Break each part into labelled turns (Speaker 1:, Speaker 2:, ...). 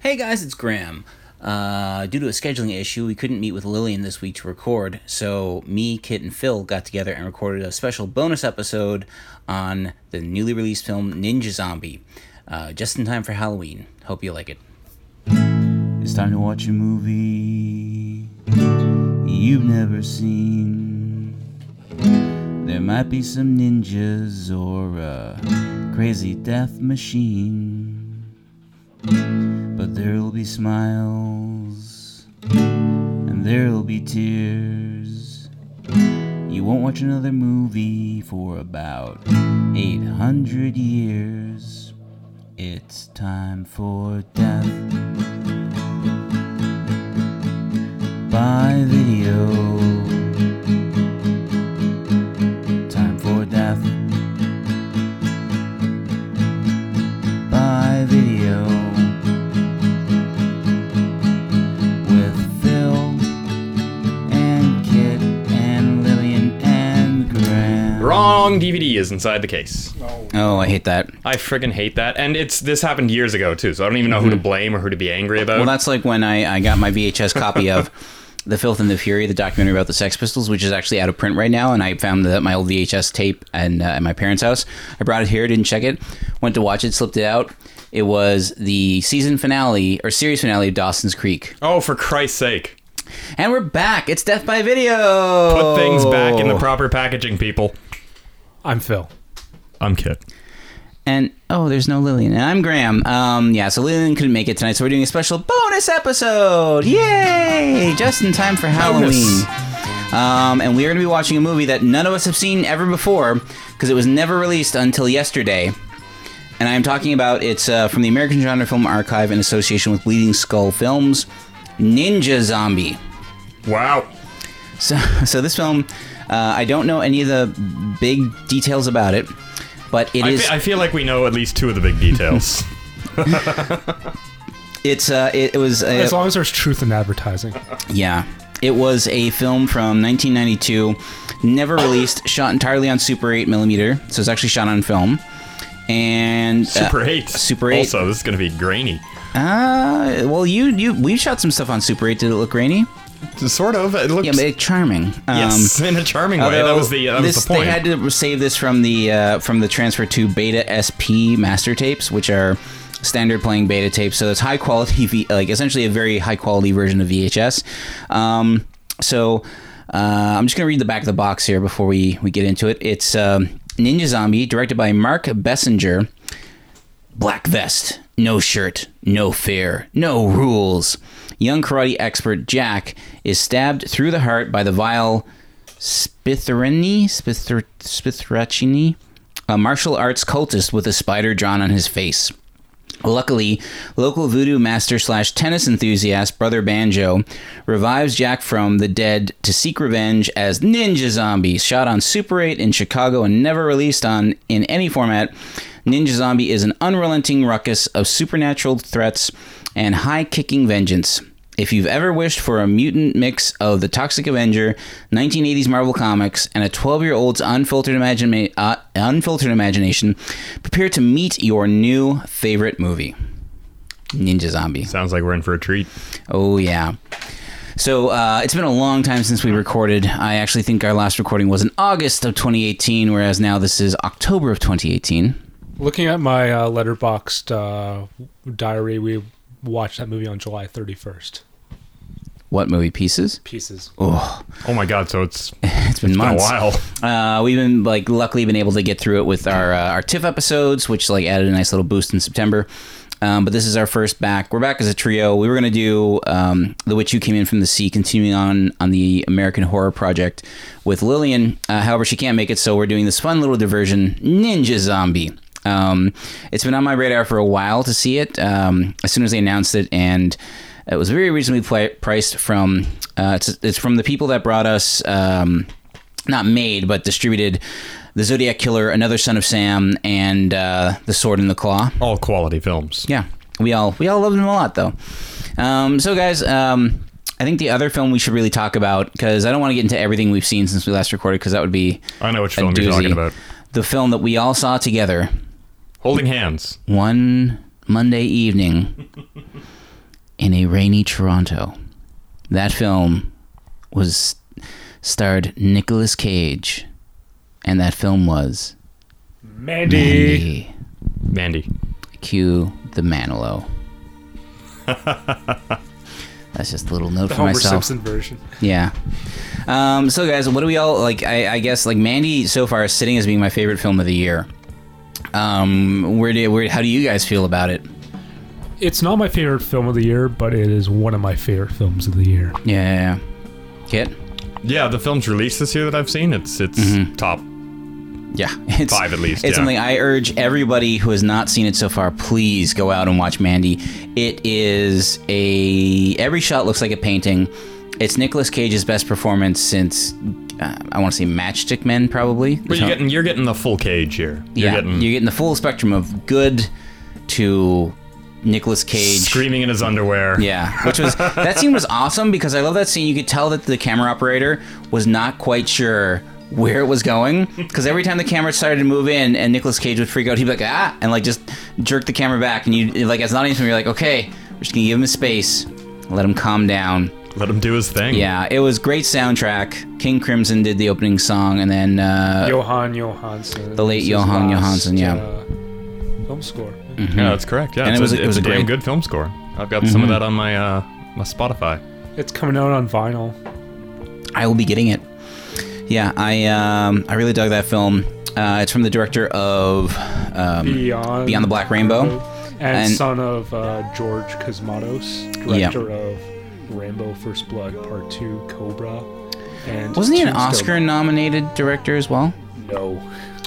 Speaker 1: Hey guys, it's Graham. Uh, due to a scheduling issue, we couldn't meet with Lillian this week to record, so me, Kit, and Phil got together and recorded a special bonus episode on the newly released film Ninja Zombie, uh, just in time for Halloween. Hope you like it. It's time to watch a movie you've never seen. There might be some ninjas or a crazy death machine but there'll be smiles and there'll be tears. You won't watch another movie for about 800 years. It's time for death by video. Time for death by video. with Phil and Kit and Lillian and Graham.
Speaker 2: Wrong DVD is inside the case.
Speaker 1: Oh, I hate that.
Speaker 2: I friggin' hate that. And it's this happened years ago too, so I don't even know who to blame or who to be angry about.
Speaker 1: Well, that's like Mm-hmm. when I, I got my VHS copy of The Filth and the Fury, the documentary about the Sex Pistols, which is actually out of print right now. And I found that my old VHS tape and uh, at my parents' house. I brought it here, didn't check it, went to watch it, slipped it out. It was the season finale or series finale of Dawson's Creek.
Speaker 2: oh, for Christ's sake.
Speaker 1: And we're back. It's Death by Video.
Speaker 2: Put
Speaker 1: Put
Speaker 2: things back in the
Speaker 1: Oh.
Speaker 2: proper packaging, people.
Speaker 3: I'm Phil.
Speaker 2: I'm Kit.
Speaker 1: And oh, there's no Lillian. And I'm Graham. Um, yeah, so Lillian couldn't make it tonight, so we're doing a special bonus episode. Yay! Just in time for Halloween.
Speaker 2: Bonus.
Speaker 1: Um, and we are going to be watching a movie that none of us have seen ever before because it was never released until yesterday. And I'm talking about it's uh, from the American Genre Film Archive in association with Bleeding Skull Films, Ninja Zombie.
Speaker 2: Wow.
Speaker 1: So, so this film, uh, I don't know any of the big details about it, but it is.
Speaker 2: I, fe- I feel like we know at least two of the big details.
Speaker 1: It's uh, it, it was uh,
Speaker 3: As long as there's truth in advertising.
Speaker 1: Yeah. It was a film from 1992, never released, shot entirely on Super 8 millimeter. So it's actually shot on film. And uh,
Speaker 2: Super 8.
Speaker 1: Super 8.
Speaker 2: Also, this is going to be grainy.
Speaker 1: Uh, well, you you we shot some stuff on Super 8. Did it look grainy?
Speaker 2: Sort of. It looks.
Speaker 1: Yeah, but it, charming. Um,
Speaker 2: yes, in a charming way. That
Speaker 1: although
Speaker 2: was the, that
Speaker 1: this,
Speaker 2: was the point.
Speaker 1: They had to save this from the uh, from the transfer to Beta SP master tapes, which are standard playing beta tapes. So it's high quality, v- like essentially a very high quality version of VHS. Um, so uh, I'm just gonna read the back of the box here before we we get into it. It's um, Ninja Zombie, directed by Mark Bessinger. Black vest, no shirt, no fear, no rules. Young karate expert Jack is stabbed through the heart by the vile Spithreni, Spithre, Spithracini, a martial arts cultist with a spider drawn on his face. Luckily, local voodoo master slash tennis enthusiast Brother Banjo revives Jack from the dead to seek revenge as Ninja Zombie, shot on Super 8 in Chicago and never released on in any format. Ninja Zombie is an unrelenting ruckus of supernatural threats and high kicking vengeance. If you've ever wished for a mutant mix of the Toxic Avenger, 1980s Marvel Comics, and a 12 year old's unfiltered, imagina- uh, unfiltered imagination, prepare to meet your new favorite movie Ninja Zombie.
Speaker 2: Sounds like we're in for a treat.
Speaker 1: Oh, yeah. So uh, it's been a long time since we recorded. I actually think our last recording was in August of 2018, whereas now this is October of 2018.
Speaker 3: Looking at my uh, letterboxed uh, diary, we watched that movie on July 31st.
Speaker 1: What movie pieces?
Speaker 3: Pieces.
Speaker 1: Oh,
Speaker 2: Oh my god, so it's
Speaker 1: it's been
Speaker 2: been a
Speaker 1: months.
Speaker 2: while.
Speaker 1: Uh, we've been like luckily been able to get through it with our uh, our TIFF episodes, which like added a nice little boost in September. Um, but this is our first back. We're back as a trio. We were gonna do um, the witch who came in from the sea, continuing on on the American Horror Project with Lillian. Uh, however, she can't make it, so we're doing this fun little diversion, Ninja Zombie. Um, it's been on my radar for a while to see it. Um, as soon as they announced it, and it was very reasonably pli- priced from uh, it's, it's from the people that brought us. Um, not made, but distributed The Zodiac Killer, Another Son of Sam, and uh, The Sword in the Claw.
Speaker 2: All quality films.
Speaker 1: Yeah, we all we all love them a lot, though. Um, so, guys, um, I think the other film we should really talk about because I don't want to get into everything we've seen since we last recorded because that would be
Speaker 2: I know which
Speaker 1: a
Speaker 2: film you're
Speaker 1: doozy.
Speaker 2: talking about.
Speaker 1: The film that we all saw together
Speaker 2: Holding Hands.
Speaker 1: one Monday evening in a rainy Toronto. That film was starred Nicolas Cage, and that film was
Speaker 3: Mandy.
Speaker 1: Mandy.
Speaker 2: Mandy.
Speaker 1: Cue the Manilow. That's just a little note
Speaker 3: The
Speaker 1: for
Speaker 3: Homer
Speaker 1: myself.
Speaker 3: Simpson version.
Speaker 1: Yeah. Um, so, guys, what do we all like? I, I guess like Mandy so far is sitting as being my favorite film of the year. Um, where do where, how do you guys feel about it?
Speaker 3: It's not my favorite film of the year, but it is one of my favorite films of the year.
Speaker 1: Yeah, yeah, yeah. Kit.
Speaker 2: Yeah, the films released this year that I've seen, it's it's
Speaker 1: Mm-hmm.
Speaker 2: top.
Speaker 1: Yeah, it's,
Speaker 2: Five at least,
Speaker 1: It's
Speaker 2: yeah.
Speaker 1: something I urge everybody who has not seen it so far. Please go out and watch Mandy. It is a every shot looks like a painting. It's Nicolas Cage's best performance since uh, I want to say Matchstick Men, probably.
Speaker 2: But
Speaker 1: There's no-
Speaker 2: you're getting you're getting the full cage here. You're
Speaker 1: yeah,
Speaker 2: getting
Speaker 1: you're getting the full spectrum of good to Nicolas Cage.
Speaker 2: screaming in his underwear.
Speaker 1: Yeah, which was that scene was awesome because I love that scene. You could tell that the camera operator was not quite sure where it was going because every time the camera started to move in and Nicolas Cage would freak out, he'd be like ah, and like just jerk the camera back, and you like as an audience member, you're like okay, we're just gonna give him his space, let him calm down.
Speaker 2: Let him do his thing.
Speaker 1: Yeah, it was great soundtrack. King Crimson did the opening song, and then uh,
Speaker 3: Johan Johansson.
Speaker 1: The late
Speaker 3: His
Speaker 1: Johan
Speaker 3: last,
Speaker 1: Johansson, yeah. Mm.
Speaker 3: uh, film score.
Speaker 2: Yeah, that's correct. Yeah,
Speaker 1: And
Speaker 2: it's
Speaker 1: it was a- it
Speaker 2: it's
Speaker 1: was a
Speaker 2: damn
Speaker 1: great- Mm-hmm.
Speaker 2: good film score. I've got some of that on my uh, my Spotify.
Speaker 3: It's coming out on vinyl.
Speaker 1: Mm. I will be getting it. Yeah, I um, I really dug that film. Uh, it's from the director of um,
Speaker 3: Beyond,
Speaker 1: Beyond the Black Rainbow.
Speaker 3: and,
Speaker 1: And-
Speaker 3: son of uh, George Cosmatos,
Speaker 1: Yeah.
Speaker 3: director of Rambo: First Blood Part Two, Cobra, and
Speaker 1: Wasn't he an
Speaker 3: Tombstone.
Speaker 1: Oscar-nominated director as well?
Speaker 3: No,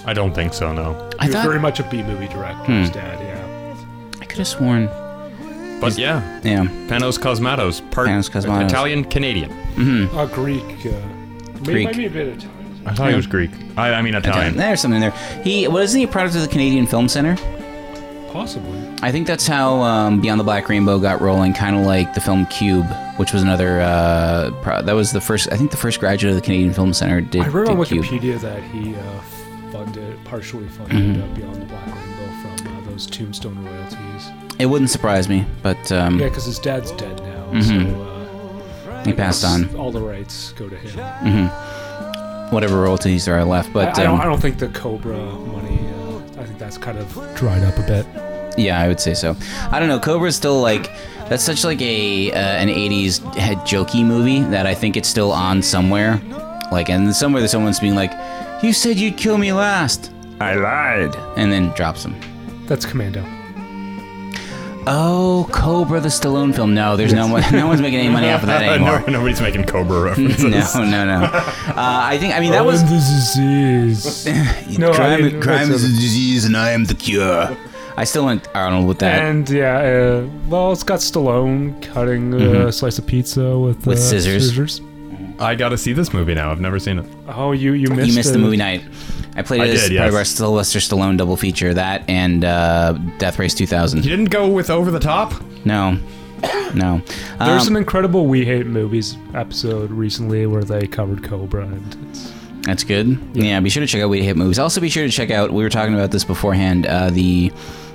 Speaker 2: I don't think so. No.
Speaker 1: I
Speaker 3: he was
Speaker 1: thought Hmm.
Speaker 3: very much a B movie director. His dad, yeah.
Speaker 1: I could have sworn.
Speaker 2: But yeah,
Speaker 1: Yeah,
Speaker 2: Panos Cosmatos, part
Speaker 1: Panos Cosmatos.
Speaker 2: Italian Canadian.
Speaker 3: A Greek. Uh,
Speaker 1: Hmm. Greek.
Speaker 3: Greek. Might be a bit Italian.
Speaker 2: I thought he was Greek. I, I mean Italian.
Speaker 1: there's something there. He wasn't he a product of the Canadian Film Center?
Speaker 3: Possibly.
Speaker 1: I think that's how um, Beyond the Black Rainbow got rolling, kind of like the film Cube, which was another. Uh, pro- that was the first. I think the first graduate of the Canadian Film Center did.
Speaker 3: I read
Speaker 1: did
Speaker 3: on
Speaker 1: Cube.
Speaker 3: Wikipedia that he uh, funded, partially funded
Speaker 1: Hmm.
Speaker 3: uh, Beyond the Black Rainbow from uh, those Tombstone royalties.
Speaker 1: It wouldn't surprise me, but um,
Speaker 3: Yeah, because his dad's dead now, so uh,
Speaker 1: Hmm. he passed on.
Speaker 3: All the rights go to him.
Speaker 1: Whatever royalties there are left, but
Speaker 3: I, I,
Speaker 1: um,
Speaker 3: don't, I don't think the Cobra money. Uh, I think that's kind of dried up a bit.
Speaker 1: Yeah, I would say so. I don't know. Cobra's still like that's such like a uh, an '80s head jokey movie that I think it's still on somewhere. Like, and somewhere there's someone's being like, "You said you'd kill me last,"
Speaker 2: I lied.
Speaker 1: and then drops him.
Speaker 3: That's Commando.
Speaker 1: Oh, Cobra, the Stallone film. No, there's no one. No one's making any money off of that
Speaker 2: no,
Speaker 1: anymore.
Speaker 2: nobody's making Cobra references.
Speaker 1: No, no, no. Uh, I think. I mean, that was
Speaker 3: disease. no, I
Speaker 1: crime.
Speaker 3: mean,
Speaker 1: crime is a
Speaker 3: that's-
Speaker 1: disease, and I am the cure. I still went Arnold with that.
Speaker 3: And yeah, uh, well, it's got Stallone cutting uh, a slice of pizza with,
Speaker 1: Mm-hmm. With
Speaker 3: uh,
Speaker 1: scissors. Mm-hmm.
Speaker 2: I gotta see this movie now. I've never seen it.
Speaker 3: Oh, you you missed
Speaker 1: you missed
Speaker 3: it.
Speaker 1: the movie night. I played
Speaker 2: I
Speaker 1: it as
Speaker 2: did,
Speaker 1: part of
Speaker 2: yes.
Speaker 1: our Sylvester Stallone double feature, that and uh, Death Race 2000.
Speaker 2: You didn't go with Over the Top?
Speaker 1: No, no.
Speaker 3: There's
Speaker 1: Um,
Speaker 3: an incredible We Hate Movies episode recently where they covered Cobra, and it's
Speaker 1: that's good. Yeah. be sure to check out We Hit Movies. Also, be sure to check out. We were talking about this beforehand. Uh, the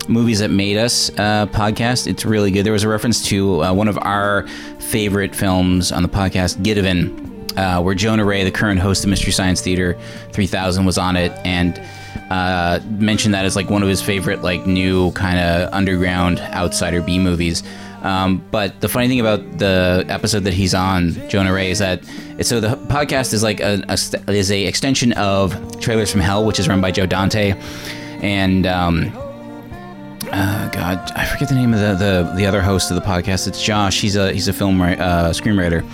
Speaker 1: movies that made us uh, podcast. It's really good. There was a reference to uh, one of our favorite films on the podcast, Gideon. Uh, where Jonah Ray, the current host of Mystery Science Theater 3000, was on it, and uh, mentioned that as like one of his favorite like new kind of underground outsider B movies. Um, but the funny thing about the episode that he's on, Jonah Ray, is that so the podcast is like a, a st- is a extension of Trailers from Hell, which is run by Joe Dante, and um, uh, God, I forget the name of the, the the other host of the podcast. It's Josh. He's a he's a film wri- uh, screenwriter.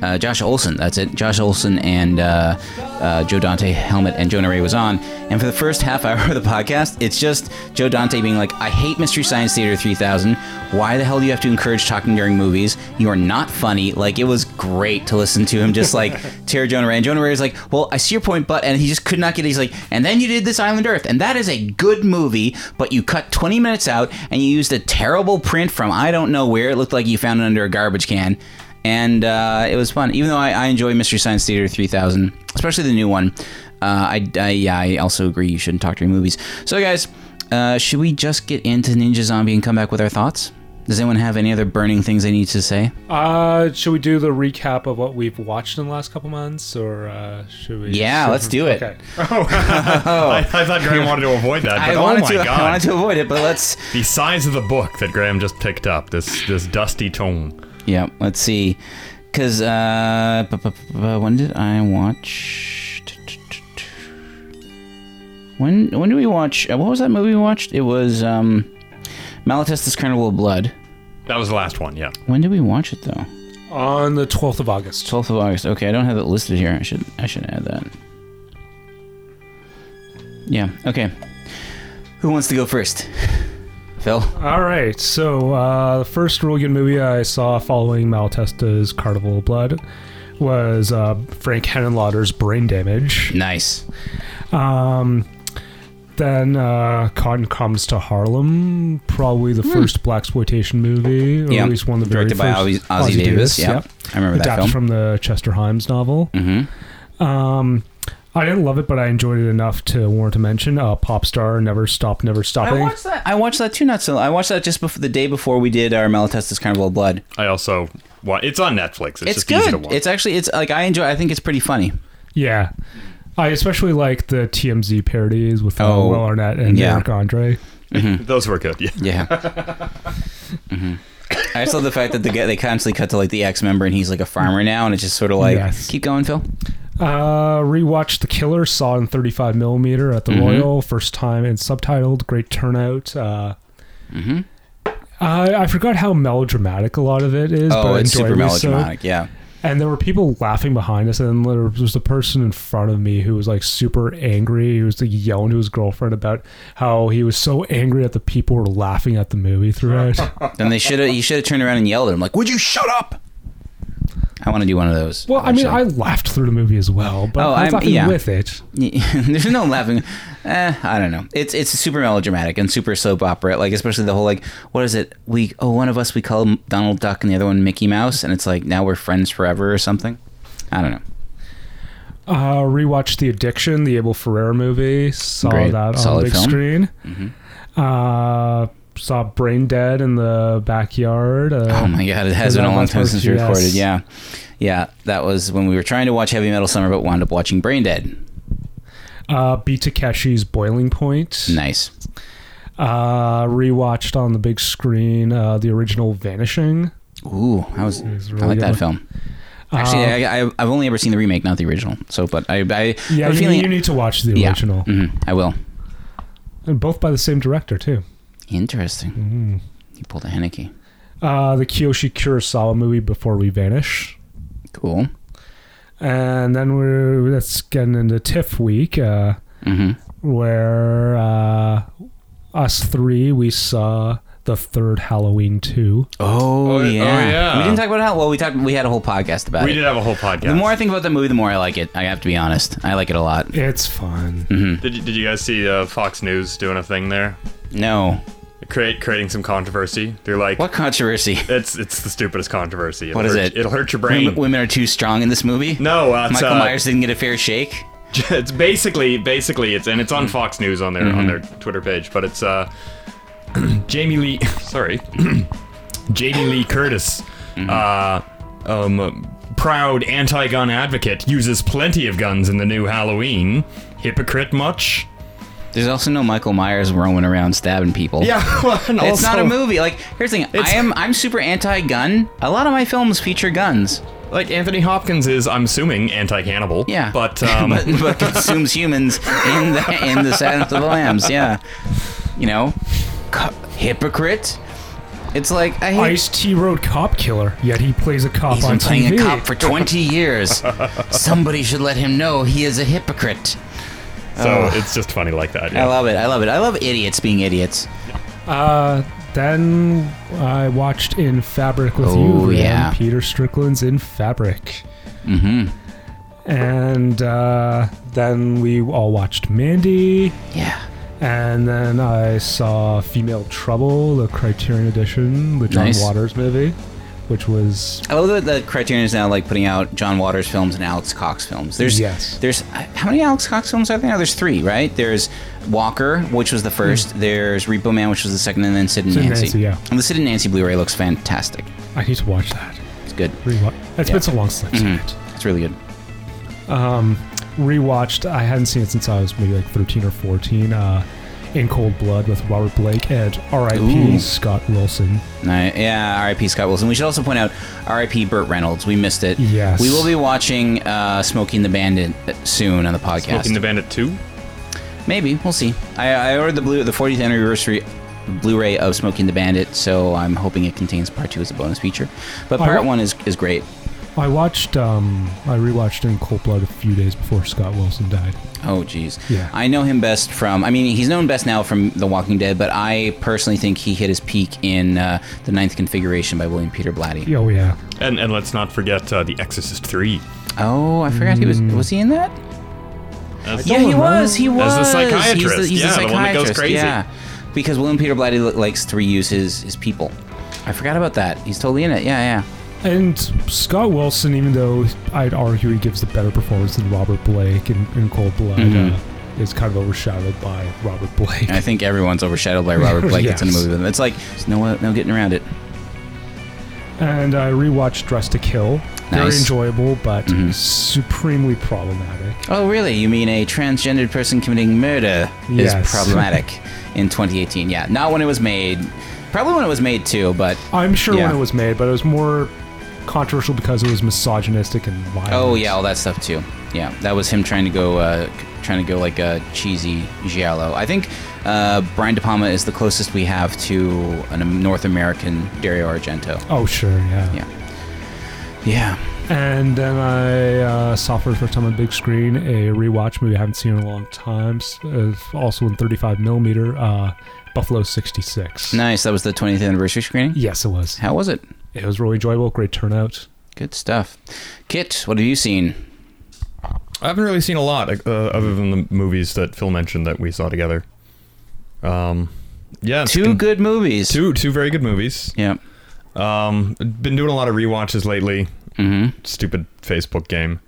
Speaker 1: Uh, Josh Olson, that's it. Josh Olson and uh, uh, Joe Dante Helmet and Jonah Ray was on. And for the first half hour of the podcast, it's just Joe Dante being like, I hate Mystery Science Theater 3000. Why the hell do you have to encourage talking during movies? You are not funny. Like, it was great to listen to him just like tear Jonah Ray. And Jonah Ray is like, Well, I see your point, but, and he just could not get it. He's like, And then you did this Island Earth, and that is a good movie, but you cut 20 minutes out and you used a terrible print from I don't know where. It looked like you found it under a garbage can and uh, it was fun. Even though I, I enjoy Mystery Science Theater 3000, especially the new one, uh, I, I yeah, I also agree you shouldn't talk during movies. So, guys, uh, should we just get into Ninja Zombie and come back with our thoughts? Does anyone have any other burning things they need to say?
Speaker 3: Uh, should we do the recap of what we've watched in the last couple months, or uh, should we?
Speaker 1: Yeah,
Speaker 3: should-
Speaker 1: let's do it.
Speaker 3: Okay.
Speaker 2: I, I thought Graham wanted to avoid that. But
Speaker 1: Oh. I
Speaker 2: oh
Speaker 1: wanted
Speaker 2: my
Speaker 1: to.
Speaker 2: god!
Speaker 1: I wanted to avoid it, but let's.
Speaker 2: The size of the book that Graham just picked up. This this dusty tome.
Speaker 1: Yeah, let's see. Cause uh, bu- bu- bu- bu- when did I watch? When when did we watch? uh, What was that movie we watched? It was um, Malatesta's Carnival of Blood.
Speaker 2: That was the last one. Yeah.
Speaker 1: When did we watch it though?
Speaker 3: On the twelfth of August.
Speaker 1: Twelfth of August. Okay, I don't have it listed here. I should I should add that. Yeah. Okay. Who wants to go first? Phil.
Speaker 3: All right. So uh, the first Rogan movie I saw following Malatesta's Carnival of Blood was uh, Frank Henenlotter's Brain Damage.
Speaker 1: Nice.
Speaker 3: Um, then uh, Cotton comes to Harlem, probably the first black exploitation movie, or
Speaker 1: Hmm. Yeah.
Speaker 3: at least one of the
Speaker 1: Directed
Speaker 3: very
Speaker 1: by
Speaker 3: first.
Speaker 1: Ozzy, Ozzy Davis. Yeah. I remember that
Speaker 3: adapted
Speaker 1: film.
Speaker 3: from the Chester Himes novel.
Speaker 1: mm-hmm.
Speaker 3: Um, I didn't love it, but I enjoyed it enough to warrant a mention. Uh, pop star, never stop, never
Speaker 1: I
Speaker 3: stopping.
Speaker 1: watched that. I watched that too. Not so. I watched that just before the day before we did our Malatesta's Carnival of Blood.
Speaker 2: I also. Well, it's on Netflix. It's,
Speaker 1: It's,
Speaker 2: just easy to
Speaker 1: good.
Speaker 2: watch.
Speaker 1: It's actually. It's like I enjoy. I think it's pretty funny.
Speaker 3: yeah, I especially like the TMZ parodies with uh,
Speaker 1: Oh,
Speaker 3: Will Arnett and
Speaker 1: yeah.
Speaker 3: Eric Andre.
Speaker 1: Mhm.
Speaker 2: Those were good. Yeah.
Speaker 1: Yeah. hmm Mm-hmm. I just love the fact that the guy, they constantly cut to like the ex member and he's like a farmer now, and it's just sort of like
Speaker 3: Yes.
Speaker 1: keep going, Phil.
Speaker 3: Uh, rewatched The Killer, saw it in 35 millimeter at the
Speaker 1: Mhm.
Speaker 3: Royal, first time and subtitled. Great turnout. Uh,
Speaker 1: Mm-hmm.
Speaker 3: I, I forgot how melodramatic a lot of it is.
Speaker 1: Oh,
Speaker 3: but I
Speaker 1: it's super
Speaker 3: enjoyed it so.
Speaker 1: melodramatic. Yeah.
Speaker 3: And there were people laughing behind us, and there was the person in front of me who was like super angry. He was like yelling to his girlfriend about how he was so angry at the people who were laughing at the movie throughout.
Speaker 1: Then they should have. You should have turned around and yelled at him like, "Would you shut up?" I want to do one of those.
Speaker 3: well, I mean, I
Speaker 1: actually.
Speaker 3: laughed through the movie as well, but
Speaker 1: Oh,
Speaker 3: I was
Speaker 1: I'm-
Speaker 3: laughing
Speaker 1: yeah.
Speaker 3: with it.
Speaker 1: There's no laughing. Eh, I don't know. It's it's super melodramatic and super soap opera. Like especially the whole like what is it? We oh one of us we call him Donald Duck and the other one Mickey Mouse, and it's like now we're friends forever or something. I don't know.
Speaker 3: Uh, rewatched The Addiction, the Abel Ferrara movie. Saw
Speaker 1: Great.
Speaker 3: that on
Speaker 1: Solid
Speaker 3: the big
Speaker 1: film. Mm-hmm.
Speaker 3: screen. Uh, saw Brain Dead in the backyard. Uh,
Speaker 1: Oh my god, it has
Speaker 3: that
Speaker 1: been a long
Speaker 3: last
Speaker 1: time
Speaker 3: part,
Speaker 1: since we recorded.
Speaker 3: yes.
Speaker 1: Yeah, yeah, that was when we were trying to watch Heavy Metal Summer, but wound up watching Brain Dead.
Speaker 3: Uh, B. Takeshi's Boiling Point.
Speaker 1: Nice.
Speaker 3: Uh, rewatched on the big screen uh, the original Vanishing.
Speaker 1: Ooh, I was
Speaker 3: It's
Speaker 1: I
Speaker 3: really
Speaker 1: like
Speaker 3: good
Speaker 1: that
Speaker 3: one.
Speaker 1: film. Actually,
Speaker 3: Uh,
Speaker 1: I, I, I've only ever seen the remake, not the original. So, but I, I
Speaker 3: yeah,
Speaker 1: have a
Speaker 3: you,
Speaker 1: feeling
Speaker 3: you need to watch the
Speaker 1: Yeah.
Speaker 3: original,
Speaker 1: Mhm, I will.
Speaker 3: and both by the same director too. Mm-hmm.
Speaker 1: Interesting. You pulled a Henneke.
Speaker 3: Uh, the Kiyoshi Kurosawa movie Before We Vanish,
Speaker 1: Cool.
Speaker 3: and then we're that's getting into TIFF week, uh,
Speaker 1: hmm
Speaker 3: where uh, us three we saw the third Halloween two.
Speaker 1: Oh,
Speaker 2: Oh,
Speaker 1: yeah.
Speaker 2: oh, yeah.
Speaker 1: We didn't talk about how well we talked. We had a whole podcast about
Speaker 2: We
Speaker 1: it.
Speaker 2: did have a whole podcast.
Speaker 1: The more I think about the movie, the more I like it. I have to be honest. I like it a lot.
Speaker 3: It's fun.
Speaker 1: Mm-hmm.
Speaker 2: did, you, did you guys see uh, Fox News doing a thing there?
Speaker 1: No,
Speaker 2: Create creating some controversy. They're like,
Speaker 1: what controversy?
Speaker 2: It's it's the stupidest controversy. It'll
Speaker 1: What is
Speaker 2: hurt,
Speaker 1: it?
Speaker 2: It'll hurt your brain.
Speaker 1: Women, women are too strong in this movie.
Speaker 2: No, uh, it's,
Speaker 1: Michael
Speaker 2: uh,
Speaker 1: Myers didn't get a fair shake.
Speaker 2: it's basically basically it's and it's
Speaker 1: Mm.
Speaker 2: on Fox News on their
Speaker 1: Mm-hmm.
Speaker 2: on their Twitter page, but it's uh Jamie Lee sorry. Jamie Lee Curtis. Uh
Speaker 1: Mm-hmm.
Speaker 2: um proud anti-gun advocate uses plenty of guns in the new Halloween. Hypocrite much?
Speaker 1: There's also no Michael Myers roaming around stabbing people.
Speaker 2: Yeah, well, and
Speaker 1: It's not a
Speaker 2: also,
Speaker 1: movie. Like here's the thing. I
Speaker 2: It's-
Speaker 1: am I'm super anti-gun. A lot of my films feature guns.
Speaker 2: Like Anthony Hopkins is, I'm assuming, anti-cannibal.
Speaker 1: Yeah,
Speaker 2: but um,
Speaker 1: but, but consumes humans in the in the Silence of the Lambs. Yeah, you know, co- hypocrite. It's like I hate
Speaker 3: Ice T Road Cop Killer. Yet he plays a cop
Speaker 1: he's
Speaker 3: on
Speaker 1: been playing
Speaker 3: TV.
Speaker 1: a cop for twenty years. Somebody should let him know he is a hypocrite.
Speaker 2: so it's just funny like that.
Speaker 1: uh, I
Speaker 2: Yeah.
Speaker 1: love it. I love it. I love idiots being idiots.
Speaker 3: Uh, then I watched In Fabric with
Speaker 1: Oh,
Speaker 3: you, Ryan.
Speaker 1: yeah.
Speaker 3: Peter Strickland's In Fabric. Mm-hmm. And uh, then we all watched Mandy,
Speaker 1: Yeah.
Speaker 3: and then I saw Female Trouble, the Criterion Edition, the John
Speaker 1: Nice.
Speaker 3: Waters movie. which was
Speaker 1: I love that the Criterion is now like putting out John Waters films and Alex Cox films. There's
Speaker 3: Yes.
Speaker 1: There's how many Alex Cox films are there now? There's three, right? There's Walker, which was the first. There's Repo Man, which was the second, and then Sid and
Speaker 3: Hmm. Sid and
Speaker 1: Nancy.
Speaker 3: Nancy, yeah.
Speaker 1: And the Sid and Nancy Blu-ray looks fantastic.
Speaker 3: I need to watch that.
Speaker 1: It's good.
Speaker 3: Rewatch. It's
Speaker 1: Yeah.
Speaker 3: been so long since I've seen it.
Speaker 1: It's really good.
Speaker 3: Rewatched. I hadn't seen it since I was maybe like 13 or 14. Uh, In Cold Blood with Robert Blake and R.I.P.
Speaker 1: Ooh.
Speaker 3: Scott Wilson.
Speaker 1: Ni- yeah, R.I.P. Scott Wilson. We should also point out R.I.P. Burt Reynolds. We missed it.
Speaker 3: Yes.
Speaker 1: We will be watching uh, Smoking the Bandit soon on the podcast.
Speaker 2: Smoking the Bandit 2?
Speaker 1: Maybe we'll see. I, I ordered the blue the 40th anniversary Blu-ray of Smoking the Bandit, so I'm hoping it contains part two as a bonus feature. But
Speaker 3: Oh,
Speaker 1: part
Speaker 3: yeah.
Speaker 1: one is is great.
Speaker 3: I watched. Um, I rewatched In Cold Blood a few days before Scott Wilson died.
Speaker 1: Oh, geez.
Speaker 3: Yeah.
Speaker 1: I know him best from. I mean, he's known best now from The Walking Dead, but I personally think he hit his peak in uh, the Ninth Configuration by William Peter Blatty.
Speaker 3: Oh yeah.
Speaker 2: And and let's not forget uh, The Exorcist 3.
Speaker 1: Oh, I forgot he was. Was he in that?
Speaker 2: That's-
Speaker 1: Yeah, he
Speaker 3: know.
Speaker 1: was. He was.
Speaker 2: As the
Speaker 1: He's the,
Speaker 2: psychiatrist.
Speaker 1: he's
Speaker 2: Yeah, the one that goes
Speaker 1: psychiatrist,
Speaker 2: crazy.
Speaker 1: Yeah, because William Peter Blatty li- likes to reuse his his people. I forgot about that. He's totally in it. Yeah, yeah.
Speaker 3: And Scott Wilson, even though I'd argue he gives the better performance than Robert Blake in, in Cold Blood, uh, is kind of overshadowed by Robert Blake.
Speaker 1: I think everyone's overshadowed by Robert Blake. It's in a
Speaker 3: Yes.
Speaker 1: movie with him. It's like no no getting around it.
Speaker 3: and I rewatched Dress to Kill. Very
Speaker 1: Nice. Mm-hmm.
Speaker 3: enjoyable, but supremely problematic.
Speaker 1: Oh, really? You mean a transgendered person committing murder is
Speaker 3: Yes.
Speaker 1: problematic in 2018? Yeah, not when it was made. Probably when it was made too, but
Speaker 3: I'm sure
Speaker 1: Yeah.
Speaker 3: when it was made, but it was more controversial because it was misogynistic and violent.
Speaker 1: oh yeah, all that stuff too. Yeah, that was him trying to go, uh, c- trying to go like a cheesy giallo. I think uh, Brian De Palma is the closest we have to a North American Dario Argento.
Speaker 3: Oh, sure, yeah.
Speaker 1: Yeah. Yeah.
Speaker 3: And then I uh, saw for the first time on big screen a rewatch movie I haven't seen in a long time, s- uh, also in 35 millimeter, uh, Buffalo 66.
Speaker 1: Nice. That was the 20th anniversary screening.
Speaker 3: Yes, it was.
Speaker 1: How was it?
Speaker 3: It was really enjoyable. Great turnout.
Speaker 1: Good stuff. Kit, what have you seen?
Speaker 2: I haven't really seen a lot uh, other than the movies that Phil mentioned that we saw together. Um, yeah, it's
Speaker 1: Two
Speaker 2: con-
Speaker 1: good movies.
Speaker 2: two two very good movies.
Speaker 1: Yeah.
Speaker 2: Um, been doing a lot of rewatches lately.
Speaker 1: Mm-hmm.
Speaker 2: Stupid Facebook game.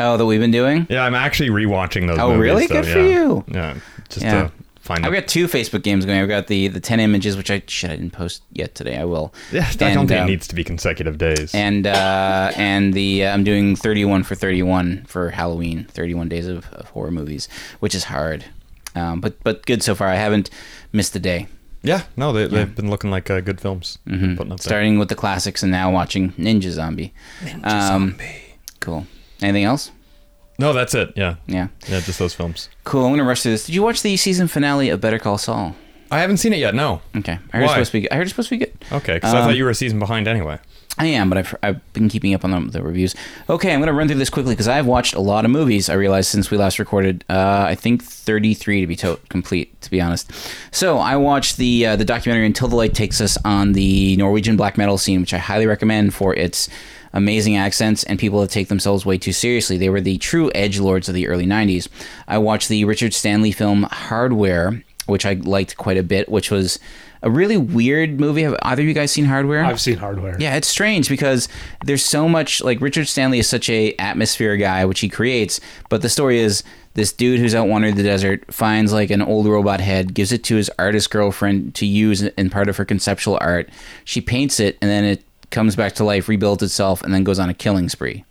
Speaker 1: Oh, that we've been doing.
Speaker 2: Yeah, I'm actually rewatching those.
Speaker 1: Oh,
Speaker 2: movies,
Speaker 1: really?
Speaker 2: though,
Speaker 1: Good for
Speaker 2: yeah.
Speaker 1: you.
Speaker 2: Yeah, just
Speaker 1: Yeah.
Speaker 2: to find
Speaker 1: I've
Speaker 2: out.
Speaker 1: got two Facebook games going. I've got the the ten images, which I shit I didn't post yet today. I will.
Speaker 2: Yeah, I don't
Speaker 1: And,
Speaker 2: think
Speaker 1: um,
Speaker 2: it needs to be consecutive days.
Speaker 1: And uh, and the uh, I'm doing 31 for 31 for Halloween. 31 days of, of horror movies, which is hard, um, but but good so far. I haven't missed a day.
Speaker 2: yeah, no, they, they've been looking like uh, good films.
Speaker 1: Mm-hmm.
Speaker 2: Putting up there.
Speaker 1: Starting with the classics and now watching Ninja Zombie. Ninja Zombie. Cool. Anything else?
Speaker 2: No, that's it. Yeah,
Speaker 1: Yeah.
Speaker 2: yeah, just those films.
Speaker 1: Cool. I'm gonna rush through this. Did you watch the season finale of Better Call Saul?
Speaker 2: I haven't seen it yet. No.
Speaker 1: Okay. I heard it's
Speaker 2: Why?
Speaker 1: supposed to be. Good. I heard it's supposed to be good.
Speaker 2: Okay, because I
Speaker 1: Um,
Speaker 2: thought you were a season behind anyway.
Speaker 1: I am, but I've, I've been keeping up on the, the reviews. Okay, I'm going to run through this quickly because I've watched a lot of movies. I realized since we last recorded, uh, I think 33 to be to- complete, to be honest. So I watched the uh, the documentary "Until the Light Takes Us" on the Norwegian black metal scene, which I highly recommend for its amazing accents and people that take themselves way too seriously. They were the true edge lords of the early 90s. I watched the Richard Stanley film Hardware, which I liked quite a bit, which was a really weird movie. Have either of you guys seen Hardware?
Speaker 3: I've seen Hardware.
Speaker 1: Yeah, it's strange because there's so much like Richard Stanley is such a atmosphere guy, which he creates, but the story is this dude who's out wandering the desert finds like an old robot head, gives it to his artist girlfriend to use in part of her conceptual art. She paints it and then it comes back to life, rebuilds itself, and then goes on a killing spree.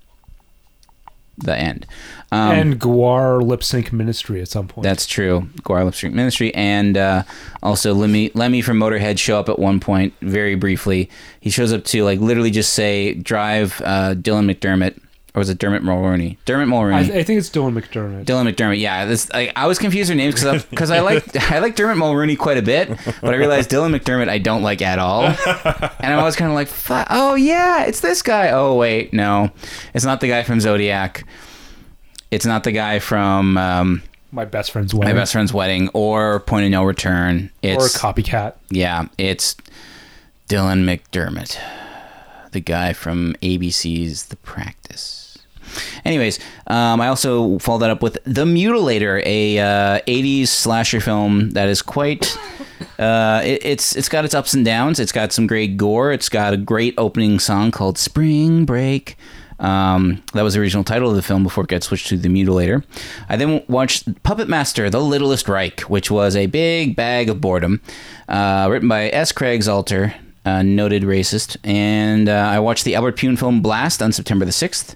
Speaker 1: The end. Um,
Speaker 3: and Guar Lip Sync Ministry at some point.
Speaker 1: that's true. Guarlip Street Ministry and uh, also Lemmy Lemmy from Motorhead show up at one point very briefly. He shows up to like literally just say drive uh, Dylan McDermott or was it Dermot Mulroney? Dermot
Speaker 3: I,
Speaker 1: Mulroney.
Speaker 3: I think it's Dylan McDermott.
Speaker 1: Dylan McDermott, yeah, this, I, I was confused their names because because I like I like Dermot Mulroney quite a bit, but I realized Dylan McDermott I don't like at all, and I'm always kind of like, "Fu- oh yeah, it's this guy. Oh wait, no, it's not the guy from Zodiac. It's not the guy from um,
Speaker 3: my best friend's
Speaker 1: my
Speaker 3: wedding.
Speaker 1: best friend's wedding or point of no return
Speaker 3: or a
Speaker 1: it's
Speaker 3: copycat.
Speaker 1: yeah it's dylan mcdermott the guy from abc's the practice anyways um, i also followed that up with the mutilator a uh, 80s slasher film that is quite Uh, it, it's it's got its ups and downs. It's got some great gore. It's got a great opening song called "Spring Break." Um, that was the original title of the film before it got switched to The Mutilator. I then watched Puppet Master, The Littlest Reich, which was a big bag of boredom, uh, written by S. Craig Zalter, uh, noted racist. And uh, I watched the Albert Pune film Blast on September the 6th.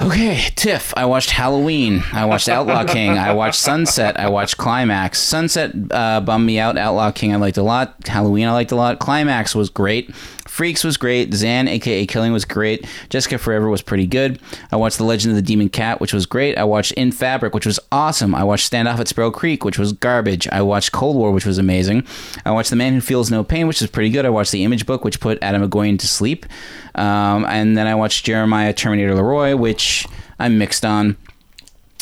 Speaker 1: Okay, Tiff. I watched Halloween. I watched Outlaw King. I watched Sunset. I watched Climax. Sunset uh, bummed me out. Outlaw King I liked a lot. Halloween I liked a lot. Climax was great. Freaks was great. Zan, aka Killing, was great. Jessica Forever was pretty good. I watched The Legend of the Demon Cat, which was great. I watched In Fabric, which was awesome. I watched Standoff at Sparrow Creek, which was garbage. I watched Cold War, which was amazing. I watched The Man Who Feels No Pain, which is pretty good. I watched The Image Book, which put Adam McGoyan to sleep. Um, and then I watched Jeremiah Terminator Leroy, which I'm mixed on.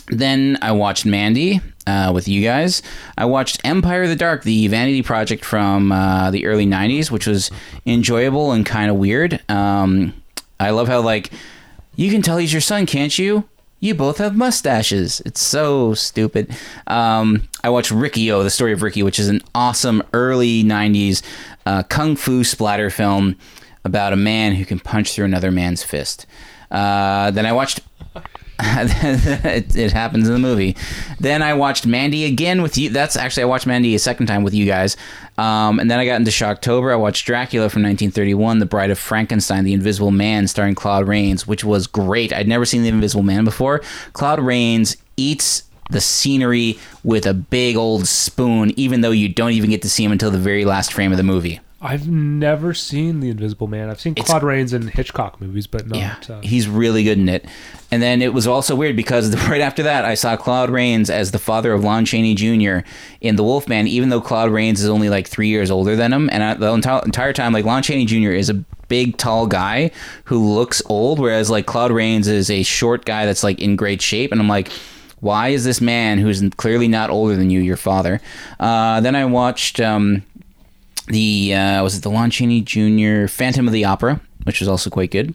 Speaker 1: Then I watched Mandy uh, with you guys. I watched Empire of the Dark, the vanity project from uh, the early 90s, which was enjoyable and kind of weird. Um, I love how, like, you can tell he's your son, can't you? You both have mustaches. It's so stupid. Um, I watched Riccio, The Story of Ricky, which is an awesome early 90s uh, kung fu splatter film about a man who can punch through another man's fist. Uh, then I watched. it, it happens in the movie. Then I watched Mandy again with you. That's actually I watched Mandy a second time with you guys. Um, and then I got into Shocktober. I watched Dracula from 1931, The Bride of Frankenstein, The Invisible Man, starring Claude Rains, which was great. I'd never seen The Invisible Man before. Claude Rains eats the scenery with a big old spoon, even though you don't even get to see him until the very last frame of the movie.
Speaker 3: I've never seen The Invisible Man. I've seen Claude Rains in Hitchcock movies, but not.
Speaker 1: Yeah,
Speaker 3: uh,
Speaker 1: he's really good in it. And then it was also weird because right after that, I saw Claude Rains as the father of Lon Chaney Jr. in The Wolfman, even though Claude Rains is only like three years older than him. And I, the entire, entire time, like Lon Chaney Jr. is a big, tall guy who looks old, whereas like Claude Rains is a short guy that's like in great shape. And I'm like, why is this man who's clearly not older than you your father? Uh, then I watched. Um, the uh, was it the Lon Chaney Jr. Phantom of the Opera, which was also quite good.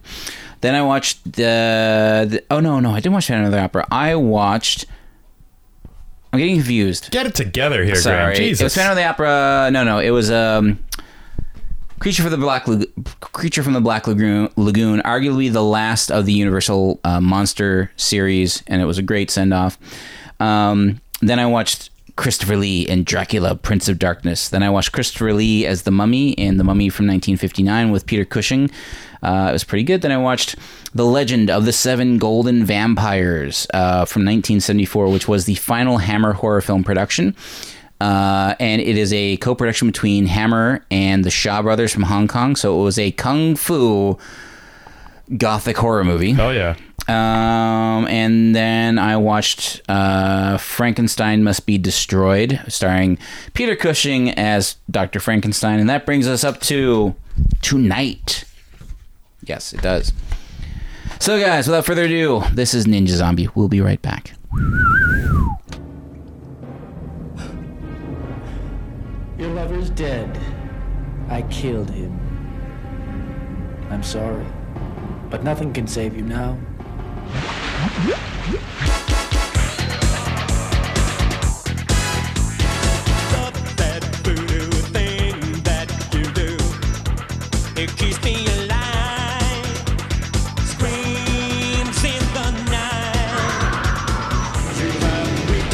Speaker 1: Then I watched the, the oh no no I didn't watch Phantom of the Opera. I watched. I'm getting confused.
Speaker 2: Get it together here,
Speaker 1: Sorry,
Speaker 2: Graham.
Speaker 1: it was
Speaker 2: Jesus.
Speaker 1: Phantom of the Opera. No no it was um. Creature for the Black Lag- Creature from the Black Lagoon, Lagoon, arguably the last of the Universal uh, monster series, and it was a great send off. Um, then I watched Christopher Lee in Dracula, Prince of Darkness. Then I watched Christopher Lee as the Mummy in The Mummy from 1959 with Peter Cushing. Uh, it was pretty good. Then I watched The Legend of the Seven Golden Vampires uh, from 1974, which was the final Hammer horror film production. Uh, and it is a co-production between Hammer and the Shaw Brothers from Hong Kong. So it was a kung fu gothic horror movie.
Speaker 2: oh yeah.
Speaker 1: Um, and then I watched uh, Frankenstein Must Be Destroyed, starring Peter Cushing as Dr. Frankenstein. And that brings us up to tonight. Yes, it does. So, guys, without further ado, this is Ninja Zombie. We'll be right back.
Speaker 4: Your lover's dead. I killed him. I'm sorry, but nothing can save you now.
Speaker 5: that voodoo thing that you do. It keeps me alive. Screams in the night. You run with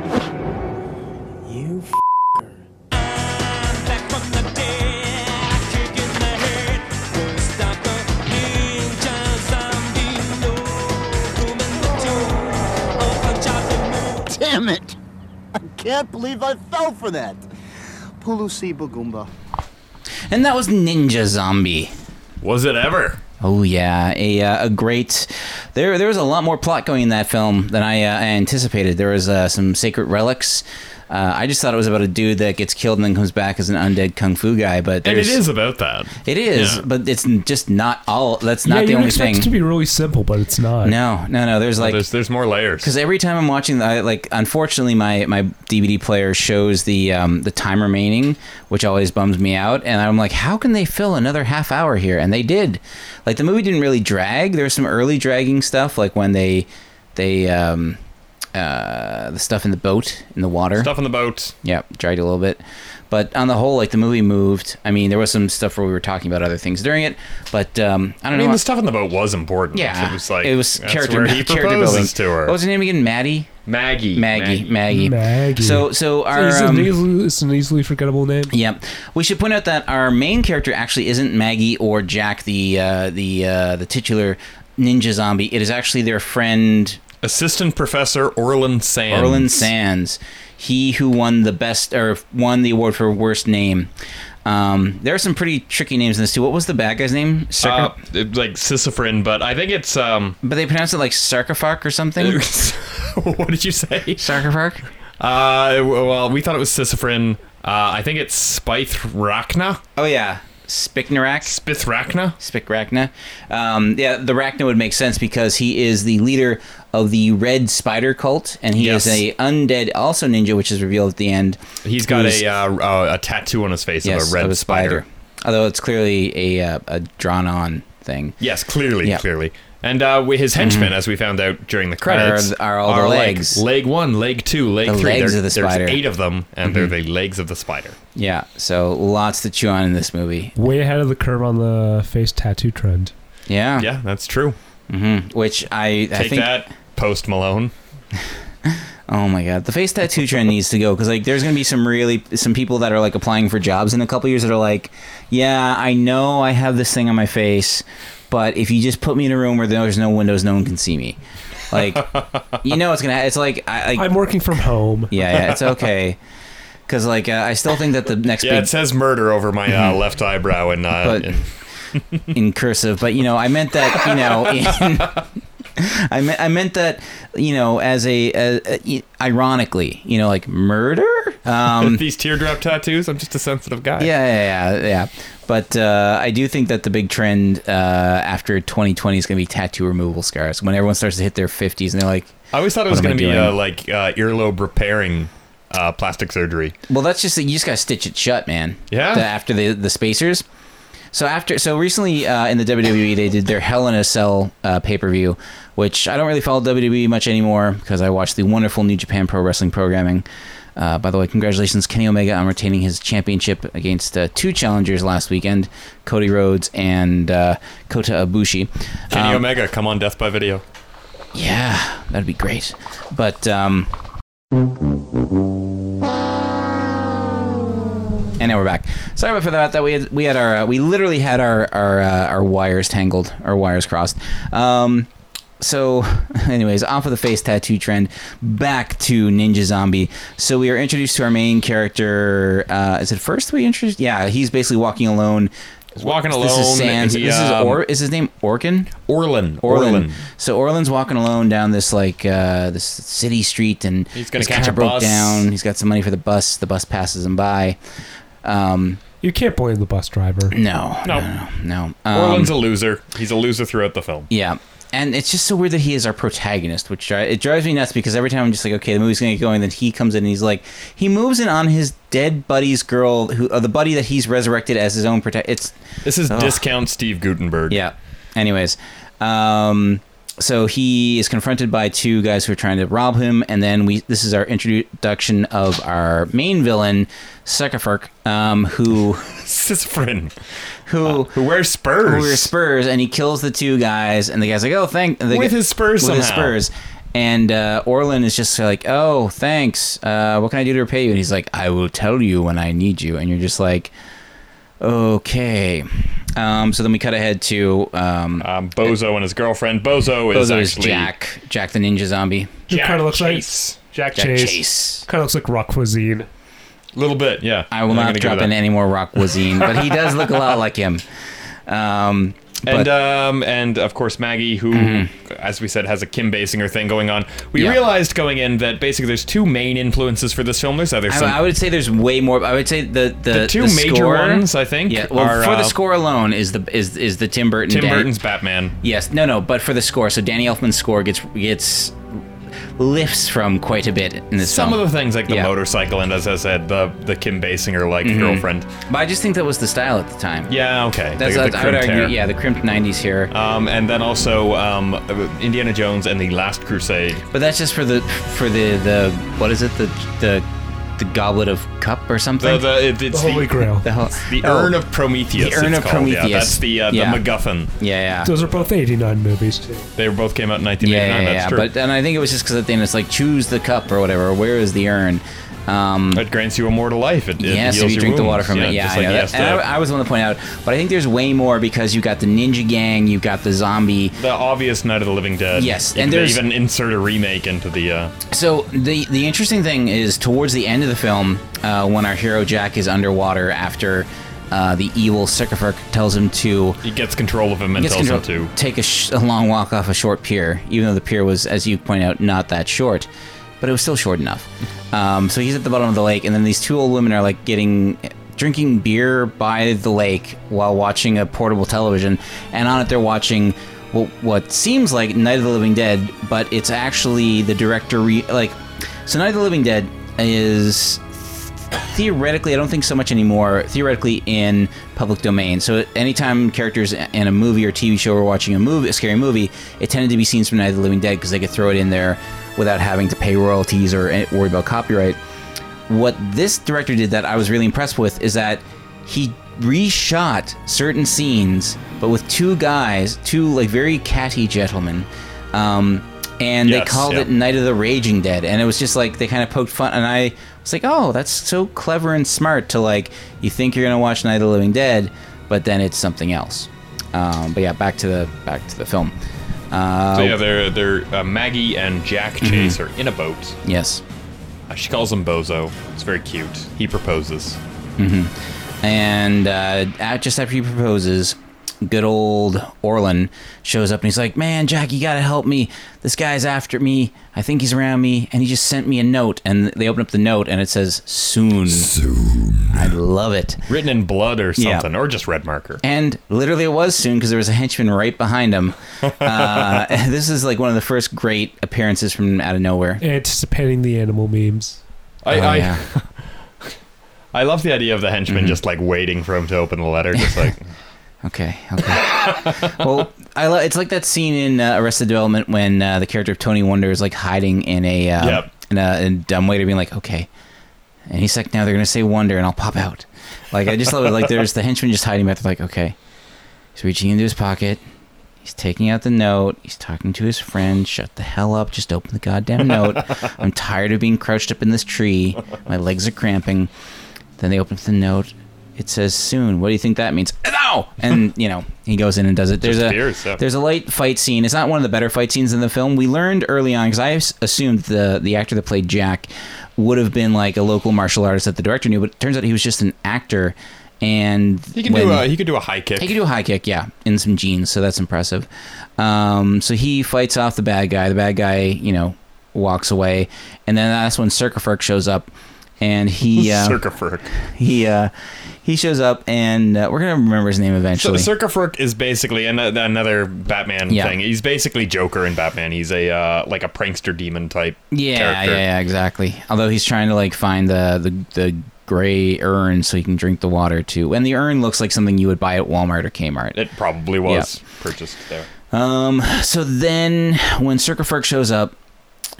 Speaker 5: the spider's web.
Speaker 4: You f-
Speaker 5: I'm back from the dead. I kick in the head. Won't stop the ninja zombie. No room in the tomb. Open job to move.
Speaker 6: Damn it! I can't believe I fell for that. Pulusi Bagumba.
Speaker 1: And that was Ninja Zombie.
Speaker 2: Was it ever?
Speaker 1: Oh yeah, a, uh, a great. There there was a lot more plot going in that film than I, uh, anticipated. There was uh, some sacred relics. Uh, I just thought it was about a dude that gets killed and then comes back as an undead kung fu guy, but
Speaker 2: And it
Speaker 1: there's-
Speaker 2: is about that.
Speaker 1: it is,
Speaker 2: Yeah.
Speaker 1: but it's n- just not all. That's not
Speaker 3: yeah,
Speaker 1: the
Speaker 3: you would
Speaker 1: only
Speaker 3: expect
Speaker 1: thing.
Speaker 3: it to be really simple, but it's not.
Speaker 1: no, no, no. There's like
Speaker 2: there's there's more layers.
Speaker 1: because every time I'm watching, I like unfortunately my my DVD player shows the um, the time remaining, which always bums me out. And I'm like, how can they fill another half hour here? And they did. Like the movie didn't really drag. There was some early dragging stuff, like when they they um, uh, the stuff in the boat in the water.
Speaker 2: Stuff on the boat.
Speaker 1: Yeah, dragged a little bit. But on the whole, like the movie moved. I mean, there was some stuff where we were talking about other things during it, but um, I don't
Speaker 2: I mean,
Speaker 1: know.
Speaker 2: the stuff on the boat was important.
Speaker 1: yeah,
Speaker 2: it was like that's
Speaker 1: character,
Speaker 2: where he
Speaker 1: character building.
Speaker 2: proposes to her.
Speaker 1: What was her name again? Maddie,
Speaker 2: Maggie.
Speaker 1: Maggie, Maggie,
Speaker 3: Maggie.
Speaker 1: So, so our
Speaker 3: It's,
Speaker 1: um,
Speaker 3: an easily, it's an easily forgettable name.
Speaker 1: Yep. We should point out that our main character actually isn't Maggie or Jack, the uh, the uh, the titular ninja zombie. It is actually their friend
Speaker 2: Assistant Professor Orlin Sands.
Speaker 1: Erlen Sands, he who won the best or won the award for worst name. Um, there are some pretty tricky names in this too. What was the bad guy's name?
Speaker 2: Uh,
Speaker 1: Sarca-
Speaker 2: like Sisyphrin, but I think it's um.
Speaker 1: but they pronounce it like sarcophag or something.
Speaker 2: what did you say?
Speaker 1: sarcophag.
Speaker 2: Uh, well, we thought it was Sisyphrin. Uh, I think it's Spithrachna.
Speaker 1: Oh yeah, Spicknarak.
Speaker 2: Spithrachna.
Speaker 1: Spickrachna. Um, yeah, the Rachna would make sense because he is the leader of the Red Spider cult, and he
Speaker 2: Yes.
Speaker 1: is a undead, also ninja, which is revealed at the end.
Speaker 2: He's got
Speaker 1: Who's-
Speaker 2: a uh, uh, a tattoo on his face
Speaker 1: yes,
Speaker 2: of a red
Speaker 1: of
Speaker 2: spider.
Speaker 1: Although it's clearly a, uh, a drawn-on thing.
Speaker 2: Yes, clearly,
Speaker 1: Yeah. Mhm.
Speaker 2: clearly. And uh, wi- his henchmen, as we found out during the credits,
Speaker 1: are all the legs.
Speaker 2: Like leg one, leg two, leg
Speaker 1: The
Speaker 2: three.
Speaker 1: legs
Speaker 2: There-
Speaker 1: of the spider. Mhm.
Speaker 2: There's eight of them, and they're the legs of the spider.
Speaker 1: Yeah, so lots to chew on in this movie.
Speaker 3: Way ahead of the curve on the face tattoo trend.
Speaker 1: Yeah,
Speaker 2: Yeah, that's true.
Speaker 1: hmm which I I
Speaker 2: Take
Speaker 1: think.
Speaker 2: that, Post Malone.
Speaker 1: Oh my god, the face tattoo trend needs to go because like there's gonna be some really some people that are like applying for jobs in a couple years that are like, yeah, I know I have this thing on my face, but if you just put me in a room where there's no windows, no one can see me. Like, you know, it's gonna. It's like I, like
Speaker 3: I'm working from home.
Speaker 1: yeah, yeah, it's okay. Because like uh, I still think that the next
Speaker 2: Yeah,
Speaker 1: big Mhm.
Speaker 2: it says murder over my uh, left eyebrow, and, uh,
Speaker 1: But-
Speaker 2: and-
Speaker 1: in cursive, but you know, I meant that you know. In, I meant I meant that you know as a, a, a ironically you know like murder. Um,
Speaker 2: these teardrop tattoos. I'm just a sensitive guy.
Speaker 1: yeah, yeah, yeah, yeah. But uh, I do think that the big trend uh, after 2020 is going to be tattoo removal scars. When everyone starts to hit their 50s and they're like,
Speaker 2: I always thought it
Speaker 1: What
Speaker 2: was
Speaker 1: am I
Speaker 2: going to be
Speaker 1: doing?
Speaker 2: uh, like uh, earlobe repairing uh, plastic surgery.
Speaker 1: "Well, that's just that you just got to stitch it shut, man."
Speaker 2: Yeah.
Speaker 1: The- after the the spacers. So after so recently uh, in the WWE they did their Hell in a Cell uh, pay per view, which I don't really follow WWE much anymore because I watch the wonderful New Japan Pro Wrestling programming. Uh, by the way, congratulations Kenny Omega on retaining his championship against uh, two challengers last weekend, Cody Rhodes and uh, Kota Ibushi.
Speaker 2: Kenny
Speaker 1: Um,
Speaker 2: Omega, come on, Death by Video.
Speaker 1: yeah, that'd be great. But um And now we're back. Sorry about for that. That we had we had our uh, we literally had our our uh, our wires tangled, our wires crossed. Um so anyways off of the face tattoo trend back to ninja zombie so we are introduced to our main character uh is it first we introduced yeah he's basically walking alone
Speaker 2: He's walking alone.
Speaker 1: this is sans
Speaker 2: he,
Speaker 1: this is
Speaker 2: um,
Speaker 1: or is his name orkin
Speaker 2: Orlin.
Speaker 1: Orlin. So Orlin's walking alone down this like uh, this city street, and
Speaker 2: He's gonna
Speaker 1: his
Speaker 2: catch
Speaker 1: car
Speaker 2: a
Speaker 1: broke
Speaker 2: bus.
Speaker 1: down. He's got some money for the bus. The bus passes him by. Um,
Speaker 3: You can't blame the bus driver.
Speaker 1: no,
Speaker 2: No.
Speaker 1: no, no. no. Um,
Speaker 2: Orlin's a loser. He's a loser throughout the film.
Speaker 1: yeah, and it's just so weird that he is our protagonist, which dri- it drives me nuts because every time I'm just like, okay, the movie's gonna get going, then he comes in and he's like, he moves in on his dead buddy's girl, who uh, the buddy that he's resurrected as his own protect. It's
Speaker 2: This is
Speaker 1: Ugh.
Speaker 2: discount Steve Gutenberg.
Speaker 1: Yeah. Anyways, um, so he is confronted by two guys who are trying to rob him, and then we this is our introduction of our main villain, Suckerferk, um, who
Speaker 2: This is friend
Speaker 1: who
Speaker 2: who wears
Speaker 1: who
Speaker 2: Uh, spurs.
Speaker 1: wears spurs, and he kills the two guys, and the guy's like, "Oh, thank." and the
Speaker 2: With
Speaker 1: guy-
Speaker 2: his spurs
Speaker 1: With his
Speaker 2: somehow.
Speaker 1: spurs. And uh, Orlin is just like, "Oh, thanks. Uh, what can I do to repay you?" And he's like, "I will tell you when I need you." And you're just like, "Okay." Um, so then we cut ahead to um,
Speaker 2: Um, Bozo and his girlfriend. Bozo is
Speaker 1: Bozo is
Speaker 2: actually
Speaker 1: Jack, Jack the Ninja Zombie,
Speaker 3: Who
Speaker 2: Jack
Speaker 3: kinda looks like-
Speaker 2: Chase.
Speaker 3: Jack,
Speaker 1: Jack
Speaker 3: Chase.
Speaker 1: Chase.
Speaker 3: Kind of looks like rock cuisine.
Speaker 2: A little bit, yeah.
Speaker 1: I will
Speaker 2: I'm
Speaker 1: not
Speaker 2: gonna give
Speaker 1: drop
Speaker 2: it
Speaker 1: in
Speaker 2: that.
Speaker 1: any more rock cuisine, but he does look a lot like him. Um,
Speaker 2: And
Speaker 1: but- Mm-hmm.
Speaker 2: um, and of course Maggie, who, as we said, has a Kim Basinger thing going on. We
Speaker 1: Yeah.
Speaker 2: realized going in that basically there's two main influences for this film. There's other
Speaker 1: I,
Speaker 2: some
Speaker 1: I would say there's way more. I would say the the,
Speaker 2: The two major
Speaker 1: score-
Speaker 2: ones, I think,
Speaker 1: Yeah, well,
Speaker 2: are,
Speaker 1: for the
Speaker 2: uh,
Speaker 1: score alone is the is is the Tim Burton.
Speaker 2: Tim
Speaker 1: Dan-
Speaker 2: Burton's Batman.
Speaker 1: Yes, no, no, but for the score, so Danny Elfman's score gets gets lifts from quite a bit in this
Speaker 2: Some
Speaker 1: film.
Speaker 2: of the things like the
Speaker 1: Yeah. Mm-hmm.
Speaker 2: motorcycle and as I said, the the Kim Basinger like girlfriend.
Speaker 1: but I just think that was the style at the time.
Speaker 2: Yeah, okay.
Speaker 1: That's,
Speaker 2: the, the
Speaker 1: that's I would
Speaker 2: crimped
Speaker 1: argue.
Speaker 2: hair.
Speaker 1: Yeah, the crimped '90s here.
Speaker 2: Um, and then also um, Indiana Jones and the Last Crusade.
Speaker 1: But that's just for the for the the what is it the the the goblet of cup or something.
Speaker 2: The, the, it, it's
Speaker 3: The Holy Grail.
Speaker 1: The whole-
Speaker 2: The
Speaker 1: oh,
Speaker 2: Urn of Prometheus.
Speaker 1: The Urn
Speaker 2: it's
Speaker 1: of
Speaker 2: called. Yeah,
Speaker 1: Prometheus.
Speaker 2: that's the uh,
Speaker 1: Yeah.
Speaker 2: the MacGuffin.
Speaker 1: Oh, Yeah, yeah.
Speaker 3: Those are both 89 movies, too.
Speaker 2: They both came out in
Speaker 1: Yeah,
Speaker 2: 1989.
Speaker 1: yeah,
Speaker 2: that's
Speaker 1: yeah.
Speaker 2: true.
Speaker 1: But and I think it was just because at the end it's like choose the cup or whatever. Where is the urn? Um,
Speaker 2: it grants you immortal life. It, it
Speaker 1: yes, if
Speaker 2: heals
Speaker 1: you
Speaker 2: your
Speaker 1: drink the
Speaker 2: wounds.
Speaker 1: water from it. Yeah,
Speaker 2: just
Speaker 1: I
Speaker 2: like
Speaker 1: know
Speaker 2: you
Speaker 1: that.
Speaker 2: have
Speaker 1: And
Speaker 2: to-
Speaker 1: I, I was the one to point out, but I think there's way more because you got the ninja gang, you've got the zombie.
Speaker 2: the obvious Night of the Living Dead.
Speaker 1: Yes,
Speaker 2: You
Speaker 1: and
Speaker 2: could
Speaker 1: there's-
Speaker 2: even insert a remake into the. Uh,
Speaker 1: So the the interesting thing is towards the end of the film, uh, when our hero Jack is underwater after uh, the evil Sycophant tells him to
Speaker 2: he gets control of him and
Speaker 1: Gets
Speaker 2: tells him
Speaker 1: control-
Speaker 2: to.
Speaker 1: take a, sh- a long walk off a short pier, even though the pier was, as you point out, not that short, but it was still short enough. Um, so he's at the bottom of the lake, and then these two old women are like getting drinking beer by the lake while watching a portable television, and on it they're watching. What, what seems like Night of the Living Dead, but it's actually the director. Re- like, so Night of the Living Dead is theoretically, I don't think so much anymore. Theoretically, in public domain. So anytime characters in a movie or TV show were watching a movie, a scary movie, it tended to be scenes from Night of the Living Dead because they could throw it in there without having to pay royalties or any- worry about copyright. What this director did that I was really impressed with is that he reshot certain scenes, but with two guys, two like very catty gentlemen. Um, and they
Speaker 2: Yes,
Speaker 1: called
Speaker 2: yeah.
Speaker 1: it Night of the Raging Dead, and it was just like they kind of poked fun, and I was like, oh, that's so clever and smart to like you think you're gonna watch Night of the Living Dead, but then it's something else. Um, but yeah, back to the back to the film. Uh, Mm-hmm.
Speaker 2: So yeah, they're, they're uh, Maggie and Jack Chase are in a boat.
Speaker 1: Yes,
Speaker 2: Uh, She calls him Bozo. It's very cute. He proposes.
Speaker 1: and uh, at, just after he proposes. Good old Orlin shows up and he's like, "Man, Jack, you gotta help me. This guy's after me. I think he's around me, and he just sent me a note." And they open up the note, and it says, "Soon." Soon. I love it.
Speaker 2: Written in blood or
Speaker 1: Yeah.
Speaker 2: something, or just red marker.
Speaker 1: And literally, it was soon because there was a henchman right behind him. Uh, this is like one of the first great appearances from out of nowhere.
Speaker 3: Anticipating the animal memes.
Speaker 2: I,
Speaker 1: Oh,
Speaker 2: I,
Speaker 1: yeah. Mm-hmm.
Speaker 2: I love the idea of the henchman just like waiting for him to open the letter, just like
Speaker 1: Okay. Okay. well, I lo- it's like that scene in uh, Arrested Development when uh, the character of Tony Wonder is like hiding in a uh,
Speaker 2: Yep.
Speaker 1: in a, in a dumbwaiter, being like, "Okay," and he's like, "Now they're gonna say Wonder, and I'll pop out." Like I just love it. Like there's the henchman just hiding back. there, like, "Okay," he's reaching into his pocket. He's taking out the note. He's talking to his friend. Shut the hell up. Just open the goddamn note. I'm tired of being crouched up in this tree. My legs are cramping. Then they open up the note. It says soon. What do you think that means? No. And you know he goes in and does it. There's
Speaker 2: Just
Speaker 1: a
Speaker 2: appears, yeah.
Speaker 1: there's a light fight scene. It's not one of the better fight scenes in the film. We learned early on because I s- assumed the the actor that played Jack would have been like a local martial artist that the director knew, but it turns out he was just an actor. And
Speaker 2: he could do
Speaker 1: when-
Speaker 2: a he could do a high kick.
Speaker 1: he can do a high kick, yeah, in some jeans, so that's impressive. Um, so he fights off the bad guy. The bad guy, you know, walks away, and then that's when Circafurk shows up, and he uh,
Speaker 2: Circafurk.
Speaker 1: he uh, he shows up, and uh, we're gonna remember his name
Speaker 2: So
Speaker 1: eventually.
Speaker 2: Circafurk is basically an, another Batman
Speaker 1: Yeah.
Speaker 2: thing. He's basically Joker in Batman. He's a uh, like a prankster demon type.
Speaker 1: yeah,
Speaker 2: character.
Speaker 1: yeah, yeah, exactly. Although he's trying to like find the the the gray urn so he can drink the water too, and the urn looks like something you would buy at Walmart or Kmart.
Speaker 2: It probably was purchased there.
Speaker 1: Um, so then when Circafurk shows up,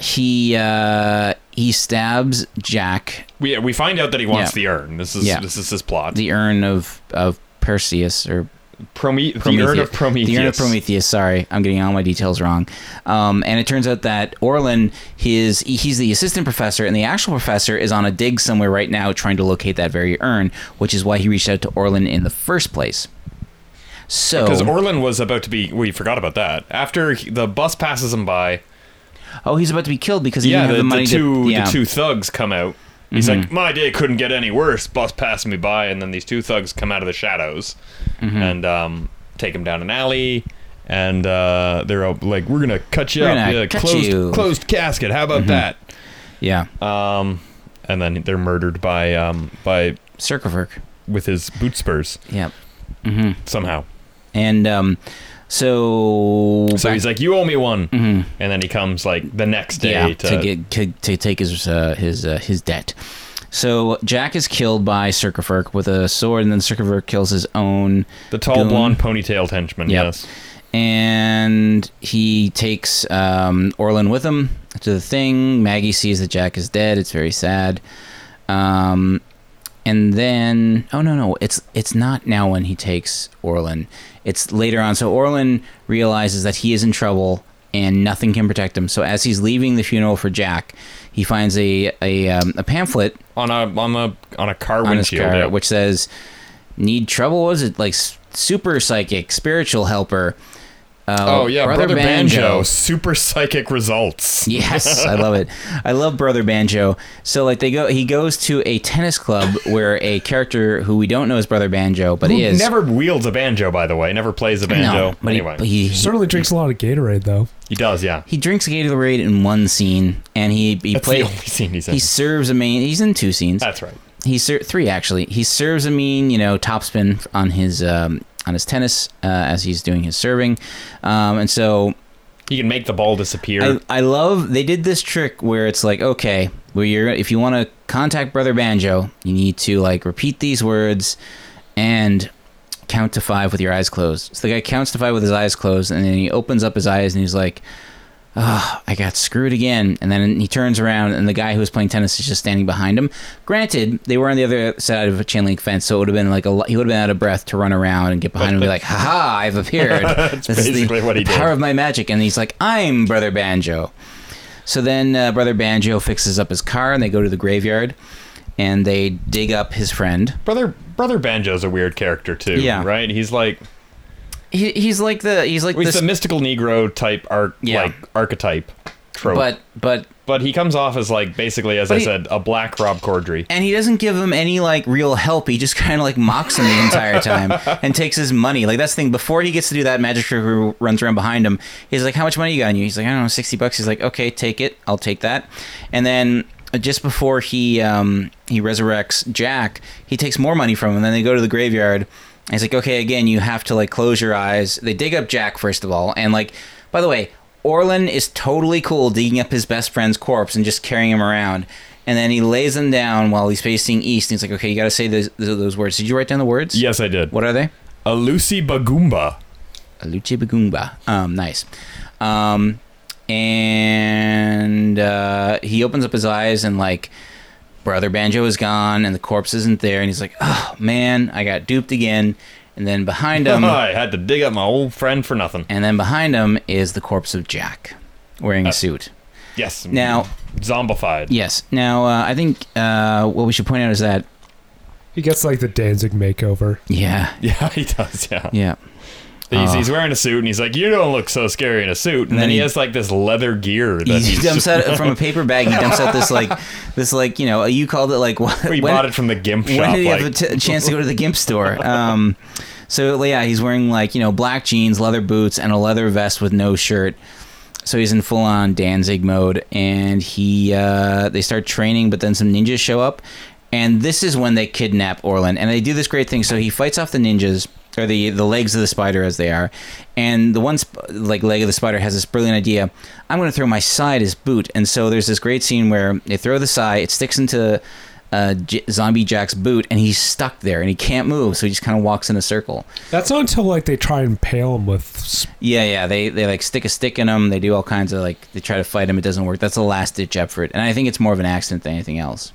Speaker 1: he uh, he stabs Jack,
Speaker 2: We we find out that he wants
Speaker 1: Yeah.
Speaker 2: the urn. This is
Speaker 1: Yeah.
Speaker 2: this is his plot.
Speaker 1: the urn of of Perseus or
Speaker 2: Prome- the
Speaker 1: Prometheus.
Speaker 2: urn of Prometheus.
Speaker 1: The urn of Prometheus. Sorry, I'm getting all my details wrong. Um, and it turns out that Orlin, his he's the assistant professor, and the actual professor is on a dig somewhere right now trying to locate that very urn, which is why he reached out to Orlin in the first place. So
Speaker 2: Because Orlin was about to be, we forgot about that. After he, the bus passes him by,
Speaker 1: oh, he's about to be killed because he
Speaker 2: yeah,
Speaker 1: didn't have
Speaker 2: the,
Speaker 1: the,
Speaker 2: the
Speaker 1: money
Speaker 2: two
Speaker 1: to yeah. Mm-hmm.
Speaker 2: the two thugs come out. He's like, my day couldn't get any worse. Bus passed me by, and then these two thugs come out of the shadows
Speaker 1: Mm-hmm.
Speaker 2: and um, take him down an alley. And uh, they're all like, we're gonna cut you
Speaker 1: We're
Speaker 2: up,
Speaker 1: gonna
Speaker 2: yeah,
Speaker 1: cut
Speaker 2: closed
Speaker 1: you." Mm-hmm.
Speaker 2: closed casket. How about that?
Speaker 1: yeah,
Speaker 2: Um, and then they're murdered by um, by
Speaker 1: Circafurk.
Speaker 2: with his boot spurs
Speaker 1: Yeah.
Speaker 2: somehow.
Speaker 1: And um, So,
Speaker 2: So
Speaker 1: back-
Speaker 2: he's like, "You owe me one," and then he comes like the next day
Speaker 1: Mm-hmm. yeah,
Speaker 2: to,
Speaker 1: to, get to, to take his uh, his uh, his debt. So Jack is killed by Circafurk with a sword, and then Circafurk kills his own
Speaker 2: the tall
Speaker 1: goon.
Speaker 2: blonde ponytailed henchman.
Speaker 1: Yep.
Speaker 2: Yes,
Speaker 1: and he takes um, Orlin with him to the thing. Maggie sees that Jack is dead. It's very sad. Um, and then, oh no, no, it's it's not now when he takes Orlin. It's later on. So Orlin realizes that he is in trouble and nothing can protect him. So as he's leaving the funeral for Jack, he finds a a, um, a pamphlet
Speaker 2: on a on a on a car
Speaker 1: on his
Speaker 2: windshield.
Speaker 1: car,
Speaker 2: yeah.
Speaker 1: which says, "Need trouble? Was it like s- super psychic, spiritual helper?" Uh,
Speaker 2: oh yeah, brother, Banjo. super psychic results.
Speaker 1: Yes, I love it. I love Brother Banjo. So like they go, he goes to a tennis club where a character who we don't know is Brother Banjo, but
Speaker 2: Who
Speaker 1: he is
Speaker 2: never wields a banjo, by the way. Never plays a banjo.
Speaker 1: no, but he-
Speaker 2: anyway,
Speaker 1: but
Speaker 2: he,
Speaker 1: he, he
Speaker 3: Certainly drinks a lot of Gatorade though.
Speaker 2: does. Yeah,
Speaker 1: he drinks Gatorade in one scene, and he he
Speaker 2: that's
Speaker 1: plays.
Speaker 2: the only scene he's in.
Speaker 1: He serves a main. He's in two scenes.
Speaker 2: that's right.
Speaker 1: He ser- three actually. He serves a mean, you know, topspin on his um, on his tennis uh, as he's doing his serving, um, and so
Speaker 2: He can make the ball disappear.
Speaker 1: I, I love they did this trick where it's like okay, well you're if you want to contact Brother Banjo, you need to like repeat these words and count to five with your eyes closed. So the guy counts to five with his eyes closed, and then he opens up his eyes and he's like. Oh, I got screwed again. And then he turns around, and the guy who was playing tennis is just standing behind him. Granted, they were on the other side of a chain link fence, so it would have been like a lo- he would have been out of breath to run around and get behind him and be like, "Ha ha, I've appeared." That's
Speaker 2: basically what he
Speaker 1: the power
Speaker 2: did.
Speaker 1: of my magic. And he's like, "I'm Brother Banjo." So then uh, Brother Banjo fixes up his car, and they go to the graveyard, and they dig up his friend.
Speaker 2: brother brother banjo's a weird character too.
Speaker 1: Yeah.
Speaker 2: right. He's like
Speaker 1: He, he's like the he's like
Speaker 2: well, he's
Speaker 1: this,
Speaker 2: the mystical Negro type arc
Speaker 1: Yeah.
Speaker 2: like archetype trope.
Speaker 1: but but
Speaker 2: but he comes off as like basically, as I
Speaker 1: he-
Speaker 2: said, a black Rob Corddry.
Speaker 1: and he doesn't give him any like real help. He just kind of like mocks him the entire time and takes his money. Like that's the thing. Before he gets to do that, magic trick who runs around behind him. He's like, "How much money you got on you?" He's like, "I don't know, sixty bucks." He's like, "Okay, take it. I'll take that." And then uh, just before he um, he resurrects Jack, he takes more money from him. And then they go to the graveyard. And he's like, "Okay, again, you have to like close your eyes." They dig up Jack first of all, and like, by the way. Orlin is totally cool digging up his best friend's corpse and just carrying him around. And then he lays them down while he's facing east. And he's like, okay, you got to say those, those, those words. Did you write down the words?
Speaker 2: Yes, I did.
Speaker 1: What are they?
Speaker 2: A Lucy Bagumba.
Speaker 1: Aluche Bagumba. Um, nice. Um, and uh, he opens up his eyes and, like, Brother Banjo is gone and the corpse isn't there. And he's like, oh, man, I got duped again. And um, then behind him.
Speaker 2: I had to dig up my old friend for nothing.
Speaker 1: And then behind him is the corpse of Jack wearing a suit.
Speaker 2: Yes.
Speaker 1: Now-
Speaker 2: zombified.
Speaker 1: Yes. Now, uh, I think uh, what we should point out is that,
Speaker 3: He gets like the Danzig makeover.
Speaker 1: yeah,
Speaker 2: Yeah, he does. Yeah.
Speaker 1: yeah.
Speaker 2: He's,
Speaker 1: Uh.
Speaker 2: he's wearing a suit and he's like, You don't look so scary in a suit. And, then,
Speaker 1: then
Speaker 2: he,
Speaker 1: he-
Speaker 2: has like this leather gear that
Speaker 1: he
Speaker 2: he's
Speaker 1: dumps
Speaker 2: just,
Speaker 1: out uh, from a paper bag. He dumps out this like this like you know you called it like what
Speaker 2: he bought it from the GIMP
Speaker 1: when
Speaker 2: shop.
Speaker 1: did he
Speaker 2: like,
Speaker 1: have a t- a chance to go to the GIMP store? Um, so yeah, he's wearing like you know black jeans, leather boots, and a leather vest with no shirt. So he's in full on Danzig mode, and he uh, they start training, but then some ninjas show up, and this is when they kidnap Orlin, and they do this great thing. So he fights off the ninjas. Or the, the legs of the spider as they are, and the one sp- like leg of the spider has this brilliant idea. I'm going to throw my side as boot, and so there's this great scene where they throw the side, it sticks into uh, J- Zombie Jack's boot, and he's stuck there and he can't move, so he just kind of walks in a circle.
Speaker 3: That's not until like they try and pale him with s-
Speaker 1: Yeah, yeah, they they like stick a stick in him. They do all kinds of like they try to fight him. It doesn't work. That's the last ditch effort, and I think it's more of an accident than anything else.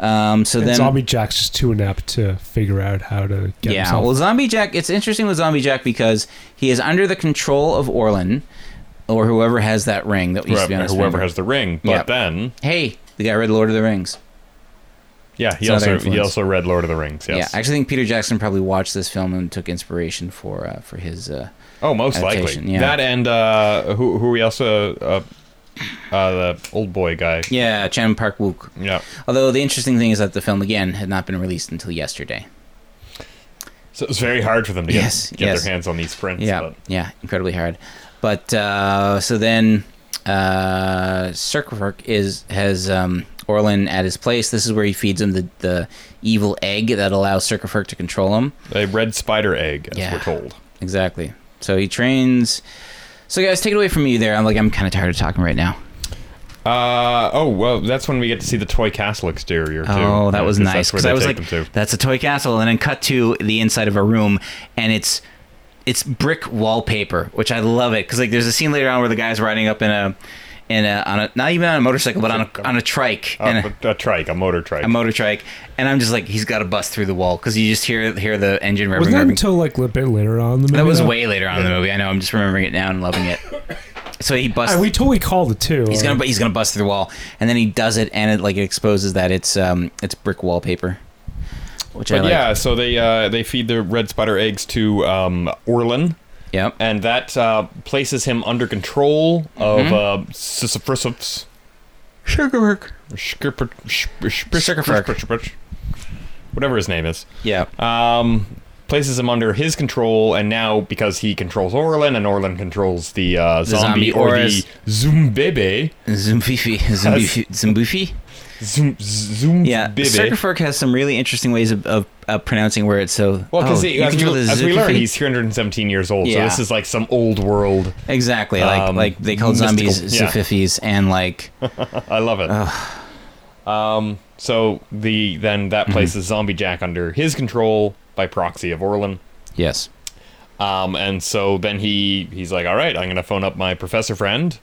Speaker 1: Um, so
Speaker 3: and
Speaker 1: then
Speaker 3: Zombie Jack's just too inept to figure out how to get
Speaker 1: yeah,
Speaker 3: himself.
Speaker 1: well, Zombie Jack. It's interesting with Zombie Jack because he is under the control of Orlin, or whoever has that ring that used to be on
Speaker 2: whoever,
Speaker 1: his
Speaker 2: whoever
Speaker 1: finger.
Speaker 2: has the ring. But
Speaker 1: Yep.
Speaker 2: then,
Speaker 1: Hey, the guy read Lord of the Rings.
Speaker 2: yeah, he
Speaker 1: It's another
Speaker 2: also he
Speaker 1: influence.
Speaker 2: also read Lord of the Rings. Yes.
Speaker 1: Yeah, I actually think Peter Jackson probably watched this film and took inspiration for uh, for his. Uh,
Speaker 2: oh, most
Speaker 1: Adaptation,
Speaker 2: likely.
Speaker 1: yeah.
Speaker 2: That and uh, who who we also uh, uh, the old boy guy.
Speaker 1: yeah, Chan Park Wook.
Speaker 2: Yeah.
Speaker 1: Although the interesting thing is that the film again had not been released until yesterday.
Speaker 2: So it was very hard for them to get,
Speaker 1: Yes,
Speaker 2: get
Speaker 1: yes.
Speaker 2: their hands on these prints.
Speaker 1: Yeah,
Speaker 2: But
Speaker 1: yeah, incredibly hard. But uh, so then, uh, Circleverk is has um, Orlin at his place. This is where he feeds him the, the evil egg that allows Circleverk to control him.
Speaker 2: a red spider egg, as
Speaker 1: Yeah.
Speaker 2: we're told.
Speaker 1: exactly. So he trains. So guys, take it away from you there. I'm like I'm kind of tired of talking right now.
Speaker 2: Uh, oh well, that's when we get to see the toy castle exterior too.
Speaker 1: Oh, that
Speaker 2: Yeah,
Speaker 1: was
Speaker 2: 'cause
Speaker 1: nice.
Speaker 2: That's where
Speaker 1: Because
Speaker 2: they
Speaker 1: I was
Speaker 2: take
Speaker 1: like,
Speaker 2: them to.
Speaker 1: that's a toy castle, and then cut to the inside of a room, and it's it's brick wallpaper, which I love it. Because like, there's a scene later on where the guy's riding up in a in a on a not even on a motorcycle, but on a on a trike and a,
Speaker 2: Uh, a trike, a motor trike.
Speaker 1: a motor trike, and I'm just like, he's got to bust through the wall because you just hear hear the engine revving.
Speaker 3: Wasn't that
Speaker 1: revving.
Speaker 3: until like a bit later on? in The movie,
Speaker 1: That was
Speaker 3: though?
Speaker 1: way later on in the movie. I know. I'm just remembering it now and loving it. So he busts.
Speaker 3: Ah, we totally called it too.
Speaker 1: he's gonna he's gonna bust through the wall, and then he does it, and it like it exposes that it's um it's brick wallpaper, which I
Speaker 2: But
Speaker 1: like.
Speaker 2: yeah, so they uh, they feed the red spider eggs to um, Orlin,
Speaker 1: Yep.
Speaker 2: and that uh, places him under control of
Speaker 1: Mm-hmm.
Speaker 2: uh, Sisyphus.
Speaker 1: Sugarwork.
Speaker 2: Whatever his name is,
Speaker 1: Yeah.
Speaker 2: um, places him under his control, and now because he controls Orlin, and Orlin controls the, uh, zombie,
Speaker 1: zombie,
Speaker 2: or
Speaker 1: or
Speaker 2: the
Speaker 1: as-
Speaker 2: Zumbebe,
Speaker 1: Zumfifi. Zumbifi. Zumbifi.
Speaker 2: Zum Zumbebe.
Speaker 1: Yeah. Sugarfork has some really interesting ways of, of uh, pronouncing where it's so.
Speaker 2: Well, because
Speaker 1: oh, you
Speaker 2: as,
Speaker 1: control
Speaker 2: we,
Speaker 1: the
Speaker 2: as we learned,
Speaker 1: Zumbifi.
Speaker 2: he's 317 years old, so
Speaker 1: Yeah.
Speaker 2: this is like some old world.
Speaker 1: Exactly. Like
Speaker 2: um,
Speaker 1: like they called
Speaker 2: mystical-
Speaker 1: zombies
Speaker 2: yeah.
Speaker 1: Zufifis and like.
Speaker 2: I love it. Um, so the then that
Speaker 1: Mm-hmm.
Speaker 2: places Zombie Jack under his control by proxy of Orlin.
Speaker 1: yes.
Speaker 2: Um, and so then he he's like, all right, I'm gonna phone up my professor friend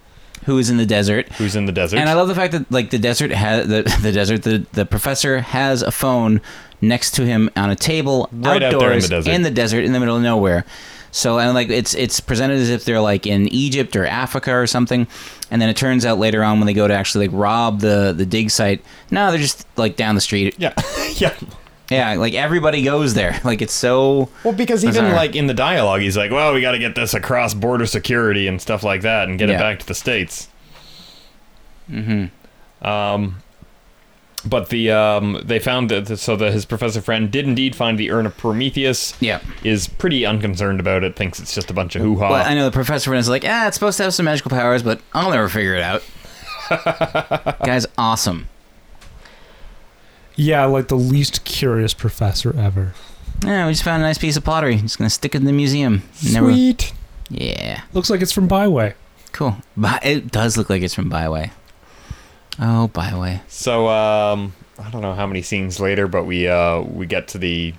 Speaker 1: Who is in the desert?
Speaker 2: who's in the desert.
Speaker 1: And I love the fact that like the desert has the, the desert the, the professor has a phone next to him on a table
Speaker 2: Right out
Speaker 1: outdoors
Speaker 2: there in the desert.
Speaker 1: in the desert in the middle of nowhere. So and like it's it's presented as if they're like in Egypt or Africa or something, and then it turns out later on when they go to actually like rob the the dig site, no, they're just like down the street.
Speaker 2: yeah, yeah.
Speaker 1: Yeah, like everybody goes there. Like it's so
Speaker 2: Well, because even
Speaker 1: Bizarre.
Speaker 2: like in the dialogue, he's like, well, we got to get this across border security and stuff like that, and get
Speaker 1: Yeah.
Speaker 2: it back to the states. Mm-hmm. Um, but the um, they found that so that his professor friend did indeed find the urn of Prometheus.
Speaker 1: Yeah.
Speaker 2: is pretty unconcerned about it. Thinks it's just a bunch of hoo ha.
Speaker 1: Well, I know the professor is like, ah, it's supposed to have some magical powers, but I'll never figure it out. Guy's awesome.
Speaker 3: yeah, like the least curious professor ever.
Speaker 1: Yeah, we just found a nice piece of pottery. Just gonna stick it in the museum. Never-
Speaker 2: Sweet.
Speaker 1: Yeah.
Speaker 3: Looks like it's from Byway.
Speaker 1: Cool. But it does look like it's from Byway. Oh, Byway.
Speaker 2: So um, I don't know how many scenes later, but we uh, we get to the.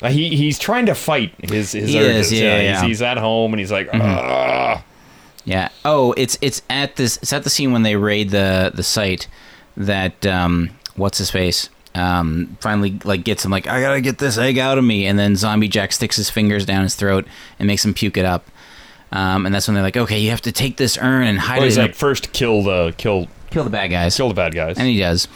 Speaker 2: Uh, he he's trying to fight his his
Speaker 1: He
Speaker 2: urges.
Speaker 1: is, yeah,
Speaker 2: He's,
Speaker 1: yeah. Mm-hmm.
Speaker 2: he's at home and he's like, "Ugh."
Speaker 1: Yeah. Oh, it's it's at this. It's at the scene when they raid the the site that um what's his face um finally like gets him like I gotta get this egg out of me, and then Zombie Jack sticks his fingers down his throat and makes him puke it up. Um, and that's when they're like, okay, you have to take this urn and hide
Speaker 2: Well,
Speaker 1: it.
Speaker 2: he's
Speaker 1: in a-
Speaker 2: like, first kill the kill
Speaker 1: kill the bad guys.
Speaker 2: kill the bad guys.
Speaker 1: and he does.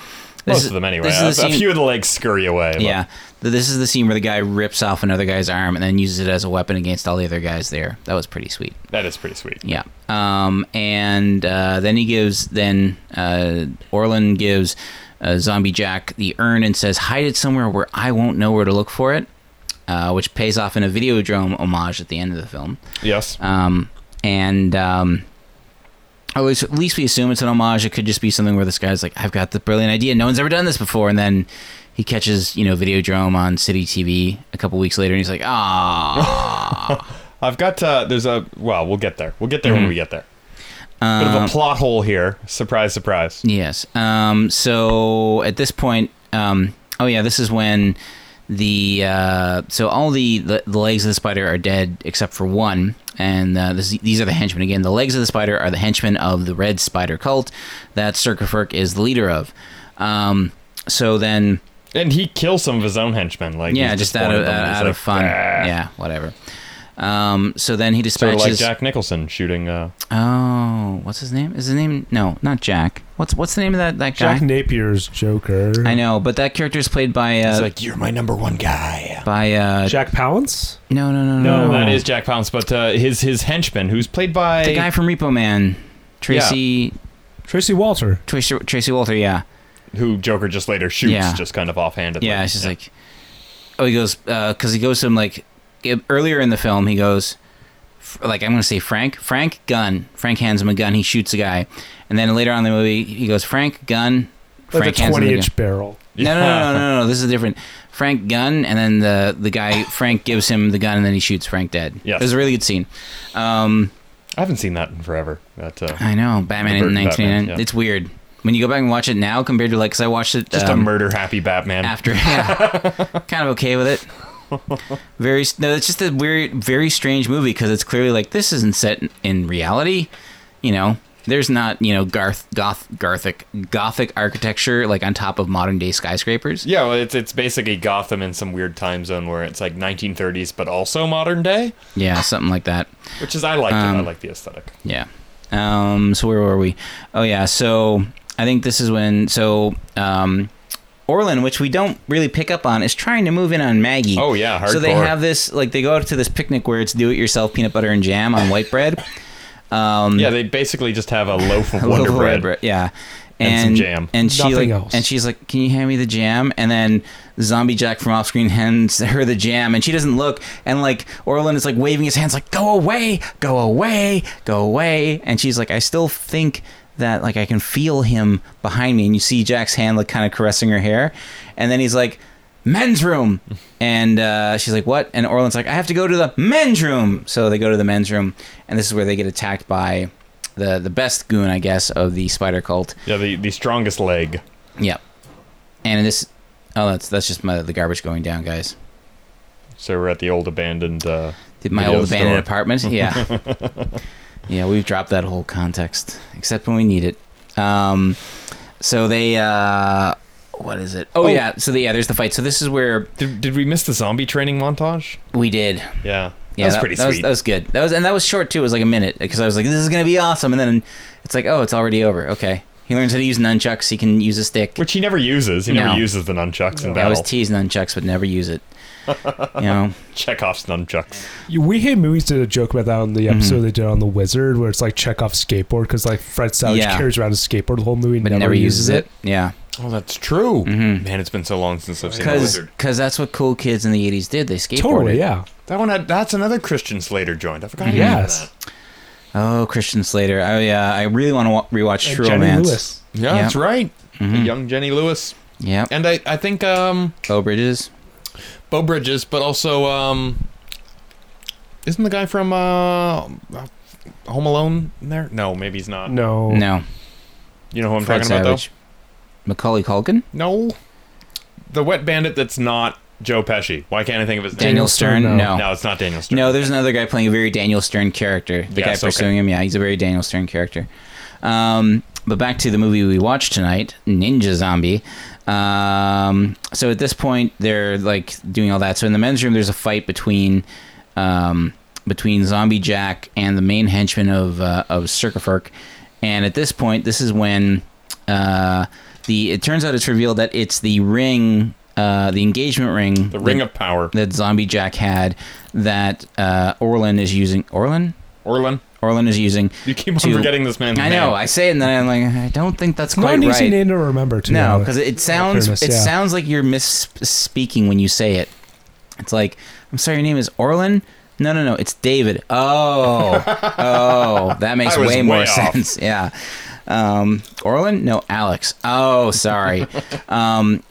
Speaker 1: This
Speaker 2: Most
Speaker 1: is-
Speaker 2: of them anyway.
Speaker 1: this is
Speaker 2: A,
Speaker 1: the
Speaker 2: a
Speaker 1: scene-
Speaker 2: few of the legs scurry away. but-
Speaker 1: Yeah, Th- this is the scene where the guy rips off another guy's arm and then uses it as a weapon against all the other guys there. That was pretty sweet.
Speaker 2: that is pretty sweet.
Speaker 1: Yeah. Um, and uh, then he gives then uh, Orlin gives uh, Zombie Jack the urn and says, "Hide it somewhere where I won't know where to look for it," uh, which pays off in a Videodrome homage at the end of the film.
Speaker 2: Yes.
Speaker 1: Um, and um, at least- at least we assume it's an homage. It could just be something where this guy's like, "I've got the brilliant idea. No one's ever done this before," and then he catches you know Videodrome on City TV a couple weeks later, and he's like, "Ah."
Speaker 2: I've got uh, there's a well, we'll get there. We'll get there
Speaker 1: Mm-hmm.
Speaker 2: when we get there. Bit of
Speaker 1: Um,
Speaker 2: a plot hole here. Surprise, surprise.
Speaker 1: Yes. Um, so at this point, um, oh yeah, this is when the uh, so all the, the the legs of the spider are dead except for one, and uh, this, these are the henchmen again. The legs of the spider are the henchmen of the Red Spider cult that Circafurk is the leader of. Um, so then,
Speaker 2: And he kills some of his own henchmen. Like
Speaker 1: yeah,
Speaker 2: he's
Speaker 1: just out
Speaker 2: one
Speaker 1: of
Speaker 2: them.
Speaker 1: out,
Speaker 2: He's
Speaker 1: out
Speaker 2: like,
Speaker 1: of fun,
Speaker 2: "Ah."
Speaker 1: yeah, whatever. Um, so then he
Speaker 2: Sort of
Speaker 1: dispatches.
Speaker 2: like Jack Nicholson shooting. Uh,
Speaker 1: Oh, what's his name? Is his name no, not Jack. What's what's the name of that that guy?
Speaker 3: Jack Napier's Joker.
Speaker 1: I know, but that character is played by uh,
Speaker 2: he's like, "You're my number one guy."
Speaker 1: by uh,
Speaker 3: Jack Palance.
Speaker 1: no, no, no,
Speaker 2: No,
Speaker 1: no,
Speaker 2: that is Jack Pounce, but uh, his his henchman, who's played by
Speaker 1: Oh. the guy from Repo Man, Tracy,
Speaker 3: Tracy Walter.
Speaker 1: Tracy, Tracy Walter. Yeah,
Speaker 2: who Joker just later shoots,
Speaker 1: Yeah.
Speaker 2: just kind of offhandedly.
Speaker 1: yeah. It's just like, oh, he goes because he goes to him like e- earlier in the film. He goes f- like I'm gonna say Frank, Frank gun. Frank hands him a gun. He shoots a guy, and then later on in the movie, he goes Frank gun.
Speaker 3: Like
Speaker 1: Frank
Speaker 3: a
Speaker 1: hands him the
Speaker 3: 20
Speaker 1: gun."
Speaker 3: inch barrel.
Speaker 1: No, no, no, no, no, no. This is different. Frank gun, and then the the guy Frank gives him the gun, and then he shoots Frank dead.
Speaker 2: Yes.
Speaker 1: it was a really good scene. Um,
Speaker 2: I haven't seen that in forever. But, uh,
Speaker 1: I know Batman
Speaker 2: Burton
Speaker 1: in nineteen.
Speaker 2: Batman, yeah.
Speaker 1: It's weird when you go back and watch it now compared to like because I watched it
Speaker 2: just
Speaker 1: um,
Speaker 2: a murder happy Batman.
Speaker 1: after. Yeah, kind of okay with it. Very s- no, it's just a weird, very strange movie because it's clearly like this isn't set in- in reality. You know, there's not you know Garth Goth Garthic Gothic architecture like on top of modern day skyscrapers.
Speaker 2: Yeah, well, it's it's basically Gotham in some weird time zone where it's like 1930s but also modern day,
Speaker 1: Yeah, something like that.
Speaker 2: which is I like it. I like the aesthetic.
Speaker 1: Yeah. Um, so where were we? Oh yeah. So I think this is when so um, Orlin, which we don't really pick up on, is trying to move in on Maggie.
Speaker 2: Oh, yeah,
Speaker 1: So they
Speaker 2: hardcore.
Speaker 1: have this like they go out to this picnic where it's do-it-yourself peanut butter and jam on white bread. Um,
Speaker 2: Yeah, they basically just have a loaf of
Speaker 1: a
Speaker 2: Wonder
Speaker 1: loaf of
Speaker 2: Bread.
Speaker 1: Yeah.
Speaker 2: And some jam.
Speaker 1: And she
Speaker 3: Nothing
Speaker 1: like,
Speaker 3: else.
Speaker 1: and she's like, "Can you hand me the jam?" And then Zombie Jack from off screen hands her the jam, and she doesn't look. And like Orlin is like waving his hands, like, "Go away, go away, go away." And she's like, "I still think that like I can feel him behind me." And you see Jack's hand like kind of caressing her hair, and then he's like. Men's room, and uh, she's like, "What?" And Orlin's like, "I have to go to the men's room." So they go to the men's room, and this is where they get attacked by the the best goon, I guess, of the spider cult.
Speaker 2: Yeah, the, the strongest leg.
Speaker 1: Yep. And this, oh, that's that's just my the garbage going down, guys.
Speaker 2: So we're at the old abandoned. Uh,
Speaker 1: Did my
Speaker 2: Video
Speaker 1: old abandoned
Speaker 2: store.
Speaker 1: apartment? Yeah. yeah, we've dropped that whole context, except when we need it. Um, so they, uh, what is it? Oh,
Speaker 2: Oh.
Speaker 1: yeah. So the, yeah, there's the fight. So this is where
Speaker 2: did, did we miss the zombie training montage?
Speaker 1: we did.
Speaker 2: Yeah,
Speaker 1: Yeah,
Speaker 2: that was pretty
Speaker 1: that
Speaker 2: sweet.
Speaker 1: that was good. That was and that was short too. It was like a minute because I was like, "This is gonna be awesome," and then it's like, "Oh, it's already over." Okay, he learns how to use nunchucks. He can use a stick.
Speaker 2: Which he never uses. He
Speaker 1: No.
Speaker 2: never uses the nunchucks in
Speaker 1: I
Speaker 2: battle.
Speaker 1: always tease nunchucks, but never use it. You know,
Speaker 2: Chekhov's nunchucks.
Speaker 3: We Hate Movies did a joke about that on the episode
Speaker 1: Mm-hmm.
Speaker 3: they did on The Wizard, where it's like Chekhov's skateboard, because like Fred Savage
Speaker 1: Yeah.
Speaker 3: carries around a skateboard the whole movie,
Speaker 1: but never, uses it. Yeah,
Speaker 2: Oh, that's true. Man, it's been so long since I've seen the
Speaker 1: because
Speaker 2: wizard.
Speaker 1: that's what cool kids in the '80s did. They skateboarded.
Speaker 3: Totally, yeah.
Speaker 2: That one had. That's another Christian Slater joint. I forgot.
Speaker 3: Yes.
Speaker 2: About
Speaker 1: Oh, Christian Slater. Oh yeah, I really want to wa- rewatch
Speaker 3: And
Speaker 1: True
Speaker 3: Uh, Jenny
Speaker 1: Romance.
Speaker 3: Lewis.
Speaker 2: that. Yeah,
Speaker 1: Yeah. Mm.
Speaker 2: that's right. The young Jenny Lewis,
Speaker 1: Yeah,
Speaker 2: and I, I think um,
Speaker 1: Bo Bridges.
Speaker 2: Bo Bridges, but also um, isn't the guy from uh, Home Alone in there? No, maybe he's not.
Speaker 3: No.
Speaker 1: No,
Speaker 2: You know who I'm
Speaker 1: Fred
Speaker 2: talking about
Speaker 1: Savage. Macaulay Culkin,
Speaker 2: though? No. The wet bandit that's not Joe Pesci. Why can't I think of his name?
Speaker 1: Daniel Stern. No.
Speaker 3: Stern,
Speaker 1: no.
Speaker 3: no.
Speaker 2: No, it's not Daniel Stern.
Speaker 1: No, there's another guy playing a very Daniel Stern character. The
Speaker 2: Yes,
Speaker 1: guy
Speaker 2: okay.
Speaker 1: pursuing him, yeah, he's a very Daniel Stern character. Um, but back to the movie we watched tonight, Ninja Zombie. Um, so at this point, they're like doing all that. So in the men's room, there's a fight between um, between Zombie Jack and the main henchman of uh, of Circafurk. And at this point, this is when uh, the it turns out it's revealed that it's the ring, uh, the engagement ring,
Speaker 2: The Ring
Speaker 1: that-
Speaker 2: of Power.
Speaker 1: that Zombie Jack had that uh, Orlin is using. Orlin?
Speaker 2: Orlin.
Speaker 1: Orlin is using.
Speaker 2: You keep on
Speaker 1: to-
Speaker 2: forgetting this man's
Speaker 1: I
Speaker 2: name.
Speaker 1: know. I say it and then I'm like, I don't think that's
Speaker 3: Not
Speaker 1: quite
Speaker 3: an easy
Speaker 1: right.
Speaker 3: name to remember, to be
Speaker 1: no,
Speaker 3: honest.
Speaker 1: because it sounds
Speaker 3: fairness,
Speaker 1: it
Speaker 3: yeah.
Speaker 1: sounds like you're misspeaking when you say it. It's like, I'm sorry, your name is Orlin. No, no, no, it's David. Oh, oh, that makes
Speaker 2: I was
Speaker 1: way more
Speaker 2: way off.
Speaker 1: sense. Yeah, um, Orlin. No, Alex. Oh, sorry. um,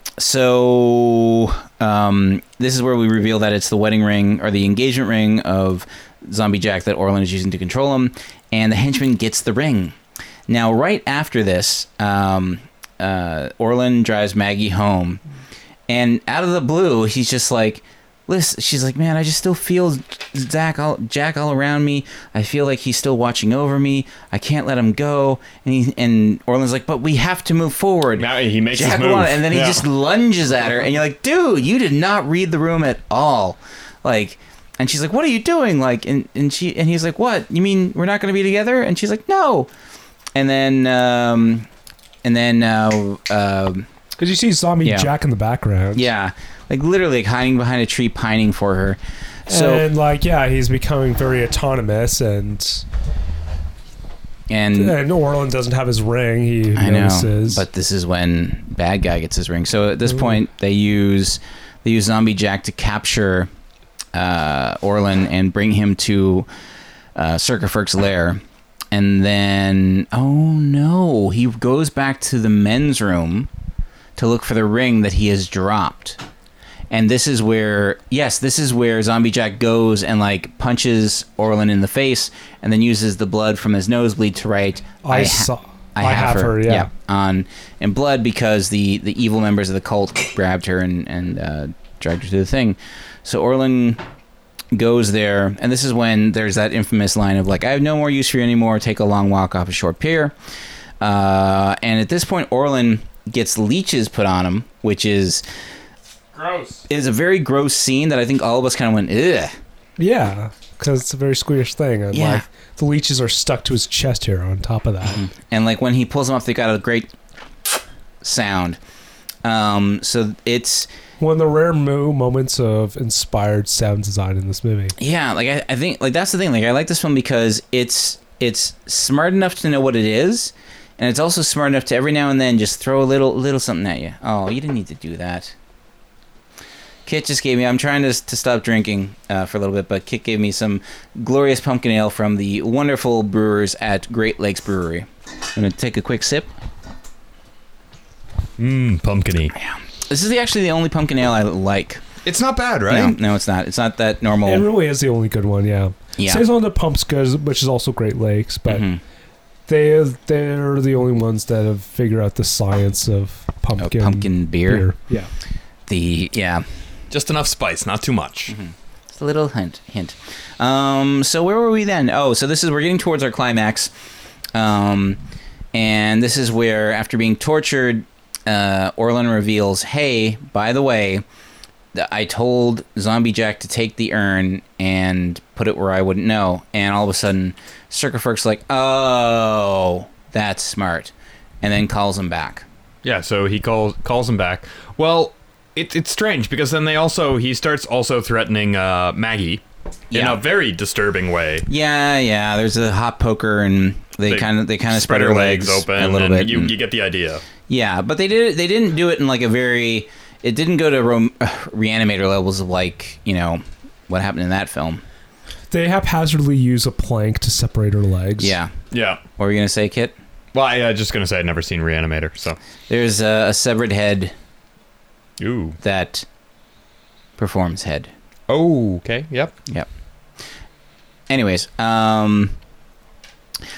Speaker 1: so um, this is where we reveal that it's the wedding ring or the engagement ring of Zombie Jack that Orlin is using to control him, and the henchman gets the ring. Now, right after this, um, uh, Orlin drives Maggie home, and out of the blue, he's just like, "Listen," she's like, "Man, I just still feel Zach all, Jack all around me. I feel like he's still watching over me. I can't let him go." And he, and Orlin's like, "But we have to move forward."
Speaker 2: Now he makes
Speaker 1: Jack
Speaker 2: his move.
Speaker 1: won, and then he
Speaker 2: Yeah.
Speaker 1: just lunges at her, and you're like, "Dude, you did not read the room at all." Like, and she's like, "What are you doing?" Like, and and she and he's like, "What? You mean we're not going to be together?" And she's like, "No." And then, um, and then, uh, um,
Speaker 3: Because you see Zombie
Speaker 1: Yeah.
Speaker 3: Jack in the background.
Speaker 1: yeah, like literally like, hiding behind a tree, pining for her. So
Speaker 3: and like, yeah, he's becoming very autonomous, and
Speaker 1: and
Speaker 3: and Orlin doesn't have his ring. He
Speaker 1: I know,
Speaker 3: notices,
Speaker 1: but this is when bad guy gets his ring. So at this point, they use they use Zombie Jack to capture uh, Orlin and bring him to uh, Circafurk's lair. And then, oh no, he goes back to the men's room to look for the ring that he has dropped. And this is where, yes, this is where Zombie Jack goes and like punches Orlin in the face, and then uses the blood from his nosebleed to write,
Speaker 3: I saw- I have her," yeah.
Speaker 1: on in blood because the the evil members of the cult grabbed her and and uh, dragged her to the thing. So Orlin goes there, and this is when there's that infamous line of like, "I have no more use for you anymore. Take a long walk off a short pier." Uh, and at this point, Orlin gets leeches put on him, which is
Speaker 2: Gross.
Speaker 1: is a very gross scene that I think all of us kind of went, "Ugh."
Speaker 3: Yeah, because it's a very squeamish thing. And
Speaker 1: Yeah.
Speaker 3: like the leeches are stuck to his chest here. On top of that,
Speaker 1: and like when he pulls them off, they got a great sound. Um, so it's
Speaker 3: one of the rare mo- moments of inspired sound design in this movie.
Speaker 1: yeah, like I, I think like that's the thing. Like I like this film because it's it's smart enough to know what it is, and it's also smart enough to every now and then just throw a little little something at you. Oh, you didn't need to do that. Kit just gave me. I'm trying to to stop drinking uh, for a little bit, but Kit gave me some glorious pumpkin ale from the wonderful brewers at Great Lakes Brewery. I'm gonna take a quick sip.
Speaker 2: Mmm, pumpkiny.
Speaker 1: This is the, actually the only pumpkin ale I like.
Speaker 7: It's not bad, right?
Speaker 1: No, no, it's not. It's not that normal.
Speaker 3: It really is the only good one. Yeah,
Speaker 1: Oh. Yeah.
Speaker 3: Says on the pumps goes, which is also Great Lakes, but
Speaker 1: Mhm.
Speaker 3: they they're the only ones that have figured out the science of
Speaker 1: Oh,
Speaker 3: pumpkin.
Speaker 1: pumpkin beer.
Speaker 3: beer. Yeah.
Speaker 1: The yeah,
Speaker 2: Just enough spice, not too
Speaker 1: Mm-hmm.
Speaker 2: much.
Speaker 1: it's a little hint. Hint. Um, so where were we then? Oh, so this is we're getting towards our climax, um, and this is where after being tortured, uh, Orlin reveals, "Hey, by the way." th- I told Zombie Jack to take the urn and put it where I wouldn't know, and all of a sudden, Circafurk's like, "Oh, that's smart," and then calls him back.
Speaker 2: Yeah, so he calls calls him back. Well, it, it's strange because then they also he starts also threatening uh, Maggie
Speaker 1: Yeah.
Speaker 2: in a very disturbing way.
Speaker 1: Yeah, yeah. There's a hot poker, and they
Speaker 2: They
Speaker 1: kind of they kind of spread, her legs, open a little
Speaker 2: and
Speaker 1: bit.
Speaker 2: You,
Speaker 1: and-
Speaker 2: you get the idea.
Speaker 1: yeah, but they did they didn't do it in like a very. It didn't go to rom- reanimator levels of like you know what happened in that film.
Speaker 3: They haphazardly use a plank to separate her legs.
Speaker 1: Yeah,
Speaker 2: Yeah.
Speaker 1: what were you gonna say, Kit?
Speaker 2: Well, I uh, just gonna say I'd never seen Reanimator, so
Speaker 1: There's a, a severed head
Speaker 2: ooh.
Speaker 1: that performs head.
Speaker 2: Oh, okay. Yep.
Speaker 1: Anyways, um,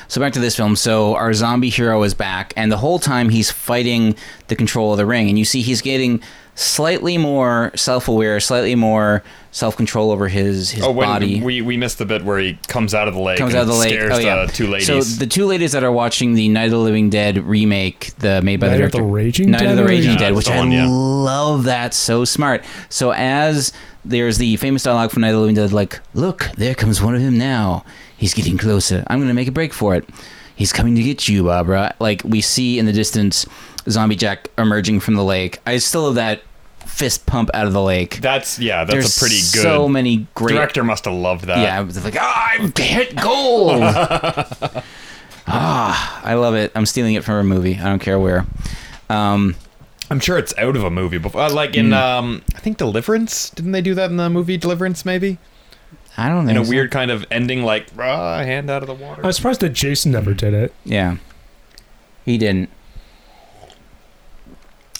Speaker 1: so back to this film. So our zombie hero is back, and the whole time he's fighting the control of the ring, and you see he's getting slightly more self-aware, slightly more self-control over his his
Speaker 2: Oh, when
Speaker 1: body.
Speaker 2: we we missed the bit where he comes out of the lake,
Speaker 1: comes out
Speaker 2: and
Speaker 1: of the lake.
Speaker 2: scares
Speaker 1: Oh yeah,
Speaker 2: the two ladies.
Speaker 1: So the two ladies that are watching the Night of the Living Dead remake, the made by
Speaker 3: Night
Speaker 1: the
Speaker 3: of the
Speaker 1: director,
Speaker 3: Raging
Speaker 1: Night of
Speaker 3: Dead
Speaker 1: the
Speaker 3: or-
Speaker 1: Raging
Speaker 3: Yeah,
Speaker 1: Dead,
Speaker 2: that's
Speaker 1: which
Speaker 2: the
Speaker 1: I
Speaker 2: one, yeah.
Speaker 1: love. That so smart. So as there's the famous dialogue from Night of the Living Dead, like, "Look, there comes one of him now. He's getting closer. I'm gonna make a break for it. He's coming to get you, Barbara." Like we see in the distance, Zombie Jack emerging from the lake. I still love that fist pump out of the lake.
Speaker 2: that's yeah, that's
Speaker 1: there's
Speaker 2: a pretty good
Speaker 1: so many great
Speaker 2: director must have loved that.
Speaker 1: yeah, I was like, ah, I've hit gold. ah, I love it. I'm stealing it from a movie. I don't care where. Um,
Speaker 2: I'm sure it's out of a movie before, uh, like in
Speaker 1: Hmm.
Speaker 2: um, I think Deliverance. Didn't they do that in the movie Deliverance? Maybe
Speaker 1: I don't
Speaker 2: in
Speaker 1: think
Speaker 2: a
Speaker 1: so.
Speaker 2: weird kind of ending, like "Ah, hand out of the water.
Speaker 3: I'm surprised that Jason never
Speaker 1: Mm-hmm.
Speaker 3: did it.
Speaker 1: Yeah, he didn't.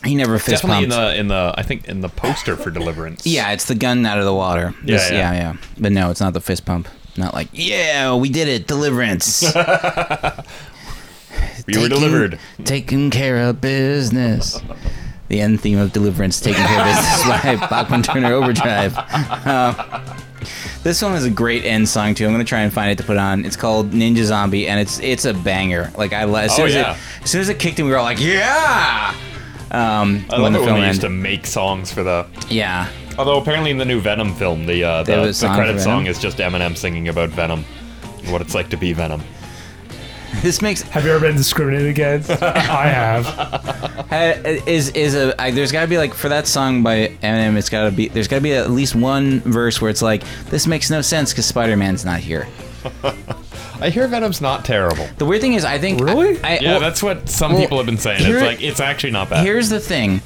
Speaker 1: He never fist
Speaker 2: Definitely in
Speaker 1: pumped.
Speaker 2: the in the I think in the poster for Deliverance.
Speaker 1: yeah, it's the gun out of the water.
Speaker 2: Yeah,
Speaker 1: This-
Speaker 2: yeah.
Speaker 1: yeah, yeah. But no, it's not the fist pump. Not like, yeah, we did it, deliverance.
Speaker 2: we were
Speaker 1: Taking-
Speaker 2: delivered.
Speaker 1: Taking care of business. The end theme of Deliverance, taking care of business by Bachman Turner Overdrive. Um, this one has a great end song too. I'm gonna try and find it to put on. It's called Ninja Zombie, and it's it's a banger. Like I, lo- as soon
Speaker 2: Oh,
Speaker 1: as
Speaker 2: yeah.
Speaker 1: it, as soon as it kicked in, we were all like, yeah. Um,
Speaker 2: I love
Speaker 1: when the
Speaker 2: it when
Speaker 1: film
Speaker 2: they
Speaker 1: ended.
Speaker 2: used to make songs for the.
Speaker 1: Yeah,
Speaker 2: Although apparently in the new Venom film, the uh,
Speaker 1: They have a
Speaker 2: the, the
Speaker 1: song for
Speaker 2: credit
Speaker 1: Venom?
Speaker 2: song is just Eminem singing about Venom, what it's like to be Venom.
Speaker 1: this makes
Speaker 3: Have you ever been discriminated against? I have.
Speaker 1: Uh, is is a I, there's got to be like for that song by Eminem, it's got to be there's got to be at least one verse where it's like this makes no sense because Spider Man's not here.
Speaker 2: I hear Venom's not terrible.
Speaker 1: The weird thing is, I think
Speaker 3: Really?
Speaker 1: I, I,
Speaker 2: Yeah,
Speaker 1: well,
Speaker 2: that's what some
Speaker 1: well,
Speaker 2: people have been saying.
Speaker 1: here-
Speaker 2: it's like it's actually not bad.
Speaker 1: Here's the thing.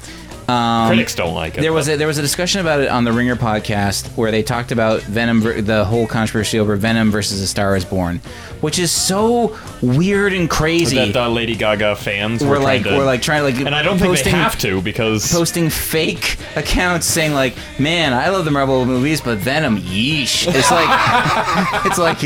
Speaker 2: Critics don't like it.
Speaker 1: There was a, there was a discussion about it on the Ringer podcast where they talked about Venom, ver- the whole controversy over Venom versus A Star Is Born, which is so weird and crazy.
Speaker 2: that the Lady Gaga fans
Speaker 1: we're
Speaker 2: were
Speaker 1: like
Speaker 2: trying to,
Speaker 1: we're like trying to like
Speaker 2: and I don't think they have to because
Speaker 1: posting fake accounts saying like, "Man, I love the Marvel movies, but Venom, yeesh." It's like, it's like,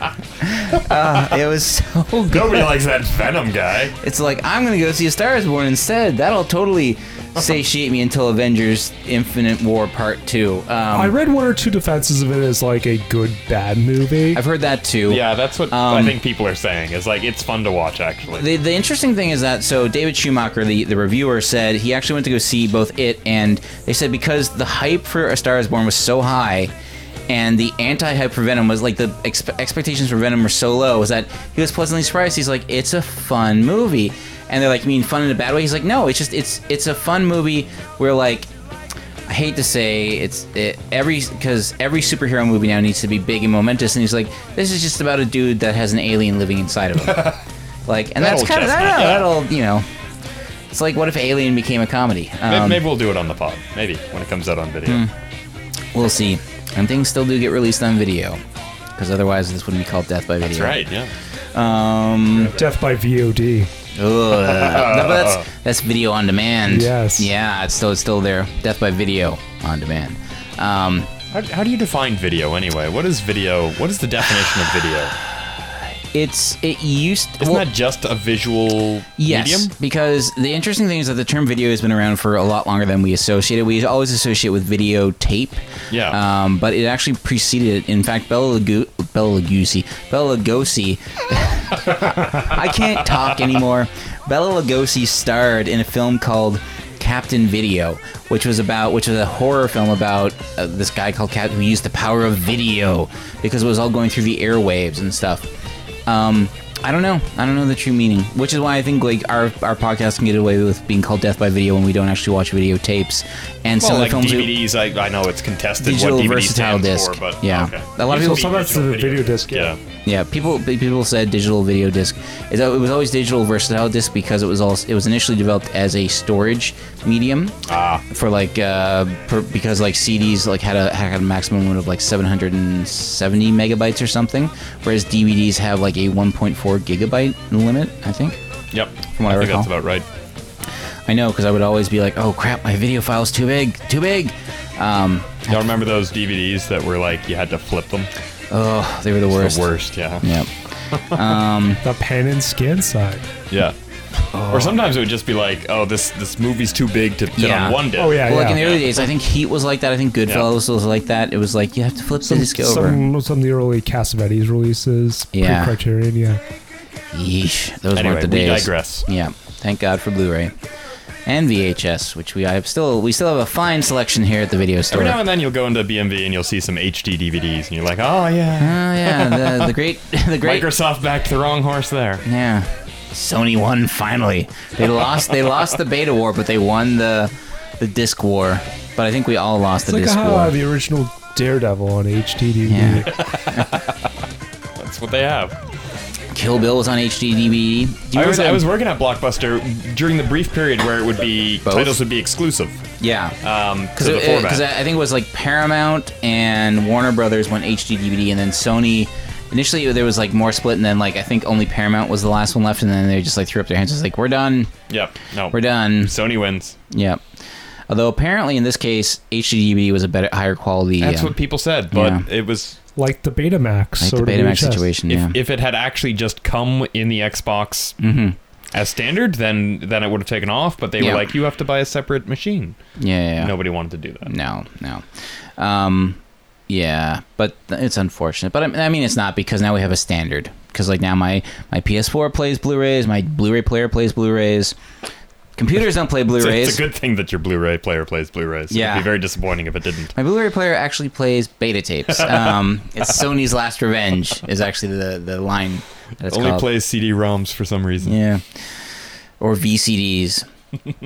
Speaker 1: Uh, it was so good.
Speaker 2: nobody likes that Venom guy.
Speaker 1: It's like I'm gonna go see a Star Is Born instead. That'll totally satiate me until Avengers: Infinite War Part Two.
Speaker 3: I
Speaker 1: Um,
Speaker 3: read one or two defenses of it as like a good bad movie.
Speaker 1: I've heard that too.
Speaker 2: Yeah, that's what I
Speaker 1: Um,
Speaker 2: think people are saying. Is like it's fun to watch actually.
Speaker 1: The, the interesting thing is that so David Schumacher, the, the reviewer, said he actually went to go see both it and they said because the hype for A Star Is Born was so high, and the anti-hype for Venom was like the expe- expectations for Venom were so low, was that he was pleasantly surprised. He's like, it's a fun movie, and they're like, you mean fun in a bad way? He's like, no, it's just it's it's a fun movie where like I hate to say it's it, every because every superhero movie now needs to be big and momentous, and he's like, this is just about a dude that has an alien living inside of him, like, and that's
Speaker 2: old
Speaker 1: kind of
Speaker 2: chestnut,
Speaker 1: that,
Speaker 2: yeah.
Speaker 1: that'll you know, it's like what if Alien became a comedy?
Speaker 2: Maybe,
Speaker 1: Um, Hmm.
Speaker 2: maybe we'll do it on the pod. Maybe when it comes out on video.
Speaker 1: We'll see, and things still do get released on video, because otherwise this would be called Death by Video.
Speaker 2: That's right. Yeah.
Speaker 3: Death by VOD.
Speaker 1: Ugh. No, but that's that's video on demand.
Speaker 3: Yes.
Speaker 1: Yeah, it's still it's still there. Death by video on demand. Um,
Speaker 2: How, how do you define video anyway? What is video? What is the definition of video?
Speaker 1: it's it used.
Speaker 2: Isn't
Speaker 1: well-
Speaker 2: that just a visual
Speaker 1: Yes,
Speaker 2: medium?
Speaker 1: because the interesting thing is that the term video has been around for a lot longer than we associate it. We always associate it with videotape.
Speaker 2: Yeah.
Speaker 1: Um, but it actually preceded it. In fact, Bella, Lugu- Bella Lugosi, Bella Lugosi, I can't talk anymore. Bella Lugosi starred in a film called Captain Video, which was about, which was a horror film about uh, this guy called Captain who used the power of video because it was all going through the airwaves and stuff. Um, I don't know. I don't know the true meaning, which is why I think like our our podcast can get away with being called death by video when we don't actually watch videotapes. And
Speaker 2: Well,
Speaker 1: some
Speaker 2: like
Speaker 1: of the films, we-
Speaker 2: DVDs, I, I know it's contested
Speaker 1: Digital
Speaker 2: what DVD
Speaker 1: versatile
Speaker 2: stands
Speaker 1: disc.
Speaker 2: for, but
Speaker 1: Yeah.
Speaker 2: okay.
Speaker 1: A lot of people-
Speaker 2: Used to be
Speaker 1: Some
Speaker 3: of that's
Speaker 2: digital
Speaker 3: the video disc, yeah.
Speaker 2: Yeah.
Speaker 1: yeah, people people said digital video disc. It, it was always digital versatile disc because it was all it was initially developed as a storage medium
Speaker 2: Ah.
Speaker 1: for like uh, per, because like CDs like had a had a maximum limit of like 770 megabytes or something, whereas DVDs have like a 1.4 gigabyte limit, I think.
Speaker 2: Yep.
Speaker 1: From what I
Speaker 2: I think
Speaker 1: recall.
Speaker 2: that's about right.
Speaker 1: I know because I would always be like, "Oh crap, my video file's too big, too big." Um,
Speaker 2: Y'all remember those DVDs that were like you had to flip them?
Speaker 1: oh, they were the worst.
Speaker 2: The worst, yeah.
Speaker 1: Yep.
Speaker 3: The pen and skin side.
Speaker 2: Yeah. Or sometimes it would just be like, oh, this this movie's too big to fit
Speaker 1: Yeah.
Speaker 2: on one disc.
Speaker 3: Oh yeah,
Speaker 1: Well, like in the
Speaker 3: yeah.
Speaker 1: early days, I think Heat was like that. I think Goodfellas was like that. It was like you have to flip the disc over.
Speaker 3: some, some of the early Cassavetes releases.
Speaker 1: Yeah.
Speaker 3: Pre-Criterion, yeah.
Speaker 1: Yeesh, those
Speaker 2: Anyway,
Speaker 1: weren't the
Speaker 2: we
Speaker 1: days.
Speaker 2: digress.
Speaker 1: Yeah, thank God for Blu-ray and VHS, which we I have still we still have a fine selection here at the video store.
Speaker 2: Every now and then you'll go into BMV and you'll see some HD DVDs and you're like, oh
Speaker 1: oh
Speaker 2: yeah,
Speaker 1: yeah, the, the great the great
Speaker 2: Microsoft backed the wrong horse there.
Speaker 1: Yeah. Sony won finally. They lost they lost the beta war, but they won the the disc war. But I think we all lost the
Speaker 3: It's like
Speaker 1: disc
Speaker 3: how uh,
Speaker 1: war.
Speaker 3: the original Daredevil on HD DVD.
Speaker 1: Yeah.
Speaker 2: That's what they have.
Speaker 1: Kill Bill was on HD DVD. Do you
Speaker 2: I was,
Speaker 1: remember
Speaker 2: I
Speaker 1: that-
Speaker 2: was working at Blockbuster during the brief period where it would be
Speaker 1: Both?
Speaker 2: titles would be exclusive
Speaker 1: yeah.
Speaker 2: um, to
Speaker 1: because
Speaker 2: the format.
Speaker 1: I I think it was like Paramount and Warner Brothers went HD DVD, and then Sony. Initially, there was like more split, and then like I think only Paramount was the last one left, and then they just like threw up their hands, just like we're done,
Speaker 2: yep. No.
Speaker 1: we're done.
Speaker 2: Sony wins.
Speaker 1: Yep. Although apparently in this case, HD DVD was a better, higher quality.
Speaker 2: That's
Speaker 1: um,
Speaker 2: what people said, but
Speaker 1: Yeah.
Speaker 2: it was
Speaker 3: Like the Betamax.
Speaker 1: like
Speaker 3: so
Speaker 1: the
Speaker 3: did
Speaker 1: Betamax
Speaker 3: VHS.
Speaker 1: situation.
Speaker 2: if,
Speaker 1: yeah.
Speaker 2: if it had actually just come in the Xbox as standard, then then it would have taken off. But they
Speaker 1: Yeah.
Speaker 2: were like, you have to buy a separate machine.
Speaker 1: Yeah, yeah, yeah.
Speaker 2: Nobody wanted to do that.
Speaker 1: no, no. Um, yeah, but th- it's unfortunate. But I mean, I mean, it's not because now we have a standard. Because like now my my PS4 plays Blu-rays, my Blu-ray player plays Blu-rays. Computers don't play
Speaker 2: It's, a,
Speaker 1: Blu-rays.
Speaker 2: it's a good thing that your Blu-ray player plays Blu-rays.
Speaker 1: Yeah.
Speaker 2: It'd be very disappointing if it didn't.
Speaker 1: my Blu-ray player actually plays beta tapes. Um, it's Sony's Last Revenge is actually the the line that it's
Speaker 2: Only
Speaker 1: called.
Speaker 2: plays CD-ROMs for some reason.
Speaker 1: Yeah. Or VCDs.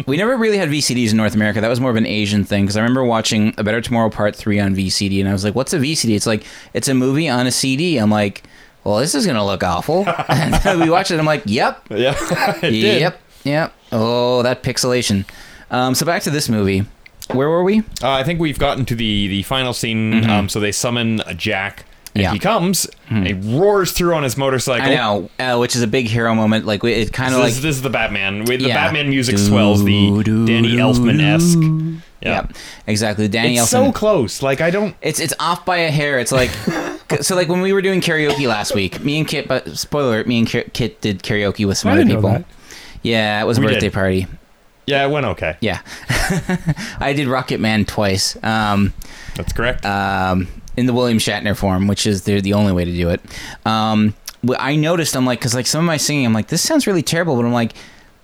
Speaker 1: we never really had VCDs in North America. That was more of an Asian thing because I remember watching A Better Tomorrow Part 3 on VCD and I was like, what's a VCD? It's like, it's a movie on a CD. I'm like, well, this is going to look awful. and then we watched it. I'm like, yep.
Speaker 2: Yeah. it did.
Speaker 1: Yep. Yep. Oh, that pixelation. Um, so back to this movie. Where were we?
Speaker 2: Uh, I think we've gotten to the the final scene. Um, so they summon a Jack, and
Speaker 1: Yeah.
Speaker 2: he comes. And he roars through on his motorcycle.
Speaker 1: I know, uh, which is a big hero moment. Like we- it kind
Speaker 2: This,
Speaker 1: of like
Speaker 2: is, this is the Batman. With the
Speaker 1: Yeah.
Speaker 2: Batman music
Speaker 1: Doo,
Speaker 2: swells the
Speaker 1: doo,
Speaker 2: Danny
Speaker 1: doo,
Speaker 2: Elfman esque.
Speaker 1: yeah,
Speaker 2: Yeah,
Speaker 1: exactly. Danny
Speaker 2: it's
Speaker 1: Elfman.
Speaker 2: so close. Like I don't.
Speaker 1: It's it's off by a hair. It's like so like when we were doing karaoke last week, me and Kit. But spoiler, alert, me and Ki- Kit did karaoke with some
Speaker 3: I
Speaker 1: other
Speaker 3: didn't know
Speaker 1: people.
Speaker 3: that.
Speaker 1: Yeah, it was a
Speaker 2: We did.
Speaker 1: birthday party.
Speaker 2: Yeah, it went okay.
Speaker 1: Yeah, I did Rocket Man twice. Um,
Speaker 2: That's correct.
Speaker 1: um, in the William Shatner form, which is the, the only way to do it. Um, wh- I noticed, I'm like, because like some of my singing, I'm like, this sounds really terrible, but I'm like,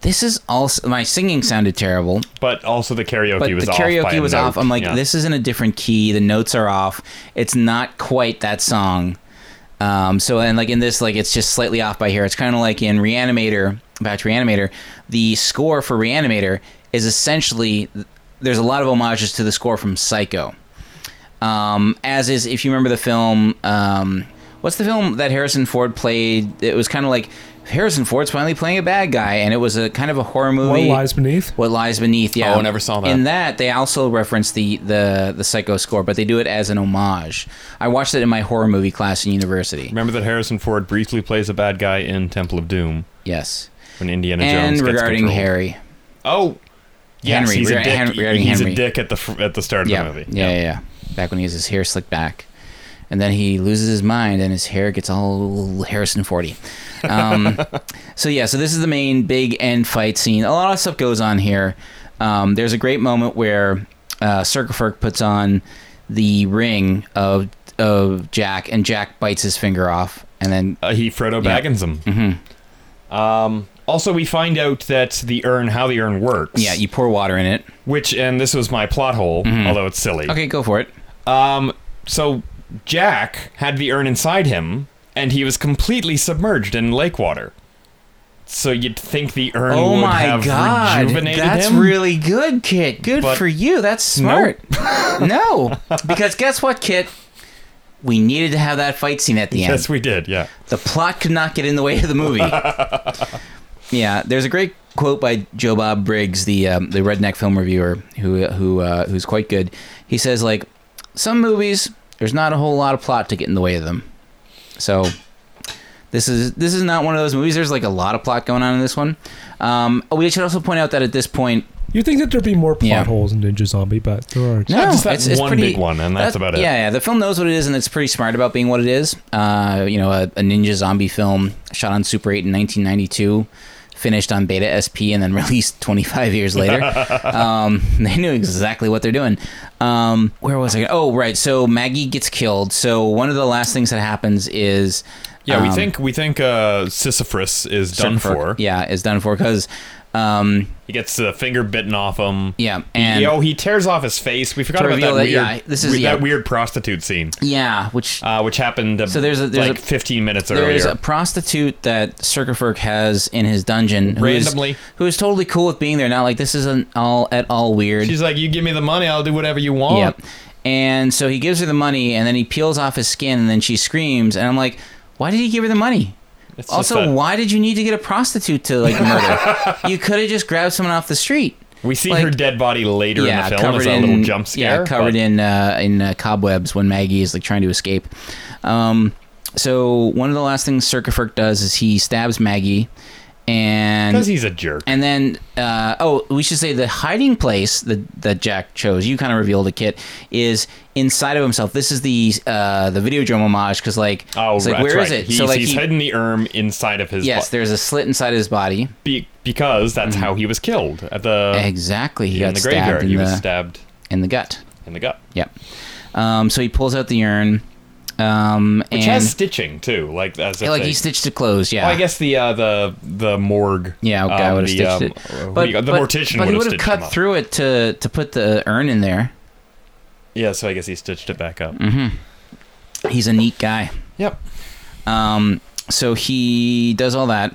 Speaker 1: this is also my singing sounded terrible,
Speaker 2: but also the karaoke
Speaker 1: but
Speaker 2: was
Speaker 1: the
Speaker 2: off. by
Speaker 1: karaoke
Speaker 2: a
Speaker 1: was
Speaker 2: note.
Speaker 1: off. I'm like,
Speaker 2: Yeah.
Speaker 1: this is in a different key. The notes are off. It's not quite that song. Um, so and like in this, like it's just slightly off by here. It's kind of like in Reanimator, back to Reanimator. The score for Reanimator is essentially there's a lot of homages to the score from Psycho. Um, as is, if you remember the film, um, what's the film that Harrison Ford played? It was kind of like Harrison Ford's finally playing a bad guy, and it was a kind of a horror
Speaker 3: What
Speaker 1: movie.
Speaker 3: lies beneath?
Speaker 1: What lies beneath? Yeah,
Speaker 7: Oh, I never saw that.
Speaker 1: In that, they also reference the the the Psycho score, but they do it as an homage. I watched it in my horror movie class in university.
Speaker 2: Remember that Harrison Ford briefly plays a bad guy in Temple of Doom
Speaker 1: Yes,
Speaker 2: when Indiana Jones
Speaker 1: and
Speaker 2: gets
Speaker 1: regarding
Speaker 2: controlled.
Speaker 1: Harry,
Speaker 2: Oh, yes,
Speaker 1: Henry,
Speaker 2: he's a
Speaker 1: regarding
Speaker 2: dick.
Speaker 1: Hen- regarding
Speaker 2: he's
Speaker 1: Henry.
Speaker 2: a dick at the fr- at the start of
Speaker 1: yeah.
Speaker 2: the movie.
Speaker 1: yeah, yeah, yeah, back when he has his hair slicked back, and then he loses his mind and his hair gets all Harrison Forty. Um, so yeah, so this is the main big end fight scene. A lot of stuff goes on here. Um, there's a great moment where uh, Circafurk puts on the ring of of Jack, and Jack bites his finger off, and then
Speaker 2: Uh, he Frodo
Speaker 1: Yeah. Mm-hmm.
Speaker 2: Baggins him. Um, also, we find out that the urn, how the urn works.
Speaker 1: yeah, you pour water in it.
Speaker 2: which, and this was my plot hole, although it's silly.
Speaker 1: Okay, go for it.
Speaker 2: Um, so Jack had the urn inside him, and he was completely submerged in lake water. So you'd think the urn
Speaker 1: Oh
Speaker 2: would
Speaker 1: my
Speaker 2: have
Speaker 1: god,
Speaker 2: rejuvenated
Speaker 1: that's
Speaker 2: him.
Speaker 1: really good, Kit. Good
Speaker 2: But-
Speaker 1: for you. That's smart. no, because guess what, Kit? We needed to have that fight scene at the end.
Speaker 2: Yes, we did. Yeah.
Speaker 1: The plot could not get in the way of the movie. yeah, there's a great quote by Joe Bob Briggs, the um, the redneck film reviewer, who who uh, who's quite good. He says like, some movies, there's not a whole lot of plot to get in the way of them. So this is this is not one of those movies. There's like a lot of plot going on in this one. Um, oh, we should also point out that at this point,
Speaker 3: You'd think that there'd be more plot
Speaker 1: Yeah.
Speaker 3: holes in Ninja Zombie, but there aren't.
Speaker 1: no,
Speaker 2: just that
Speaker 1: it's, it's
Speaker 2: one
Speaker 1: pretty,
Speaker 2: big one, and that's
Speaker 1: that-
Speaker 2: about it.
Speaker 1: Yeah, yeah. The film knows what it is, and it's pretty smart about being what it is. Uh, you know, a, a ninja zombie film shot on Super 8 in 1992, finished on Beta SP, and then released 25 years later. um, they knew exactly what they're doing. Um, where was I? Oh, right. So Maggie gets killed. So one of the last things that happens is.
Speaker 2: Yeah, we
Speaker 1: um,
Speaker 2: think we think uh, Sisyphus is done for.
Speaker 1: Yeah, is done for because. Um,
Speaker 2: He gets the finger bitten off him.
Speaker 1: yeah, and
Speaker 2: Yo, he tears off his face. We forgot
Speaker 1: To
Speaker 2: about that,
Speaker 1: reveal
Speaker 2: weird,
Speaker 1: that- yeah, this is-
Speaker 2: we-
Speaker 1: yeah.
Speaker 2: that weird prostitute scene,
Speaker 1: yeah, which
Speaker 2: uh, which happened uh,
Speaker 1: So there's a- there's
Speaker 2: like
Speaker 1: a-
Speaker 2: 15 minutes
Speaker 1: There is
Speaker 2: earlier.
Speaker 1: a prostitute that Circafurk has in his dungeon who is-
Speaker 2: Randomly.
Speaker 1: who is totally cool with being there. Not like this isn't all at all weird.
Speaker 2: She's like, "You give me the money, I'll do whatever you want."
Speaker 1: yep. And so he gives her the money, and then he peels off his skin, and then she screams, and I'm like, why did he give her the money?
Speaker 2: It's just
Speaker 1: also,
Speaker 2: that-
Speaker 1: why did you need to get a prostitute to like murder? you could have just grabbed someone off the street.
Speaker 2: we see
Speaker 1: like-
Speaker 2: her dead body later in the film as a little jump scare.
Speaker 1: Yeah, covered
Speaker 2: but-
Speaker 1: in uh, in uh, cobwebs when Maggie is like trying to escape. Um, so one of the last things Circafurk does is he stabs Maggie, and
Speaker 2: because he's a jerk.
Speaker 1: and then uh, oh, we should say the hiding place that that Jack chose. You kind of revealed a kit is inside of himself. This is the uh, the video drum homage because like
Speaker 2: Oh,
Speaker 1: it's like
Speaker 2: that's
Speaker 1: where is
Speaker 2: right.
Speaker 1: it?
Speaker 2: He's,
Speaker 1: so like
Speaker 2: he's
Speaker 1: he,
Speaker 2: hidden the erm inside of his.
Speaker 1: yes,
Speaker 2: bo-
Speaker 1: there's a slit inside his body.
Speaker 2: be- because that's how he was killed at the
Speaker 1: Exactly, he
Speaker 2: Oh.
Speaker 1: got
Speaker 2: in the
Speaker 1: stabbed
Speaker 2: graveyard.
Speaker 1: in
Speaker 2: He
Speaker 1: the
Speaker 2: was stabbed
Speaker 1: in the gut.
Speaker 2: in the gut,
Speaker 1: Yep. Um, so he pulls out the urn. Um,
Speaker 2: which
Speaker 1: and
Speaker 2: has stitching too. Like as if
Speaker 1: like
Speaker 2: they-
Speaker 1: he stitched it closed. Yeah.
Speaker 2: Well, I guess the uh, the the morgue.
Speaker 1: Yeah, okay, I
Speaker 2: um,
Speaker 1: would have
Speaker 2: the,
Speaker 1: stitched
Speaker 2: um,
Speaker 1: it.
Speaker 2: uh,
Speaker 1: But,
Speaker 2: we- the
Speaker 1: but-
Speaker 2: mortician
Speaker 1: but he
Speaker 2: would
Speaker 1: wuld have cut through it to to put the urn in there.
Speaker 2: Yeah, so I guess he stitched it back up.
Speaker 1: Mm. He's a neat guy.
Speaker 2: Yep.
Speaker 1: Um, so he does all that.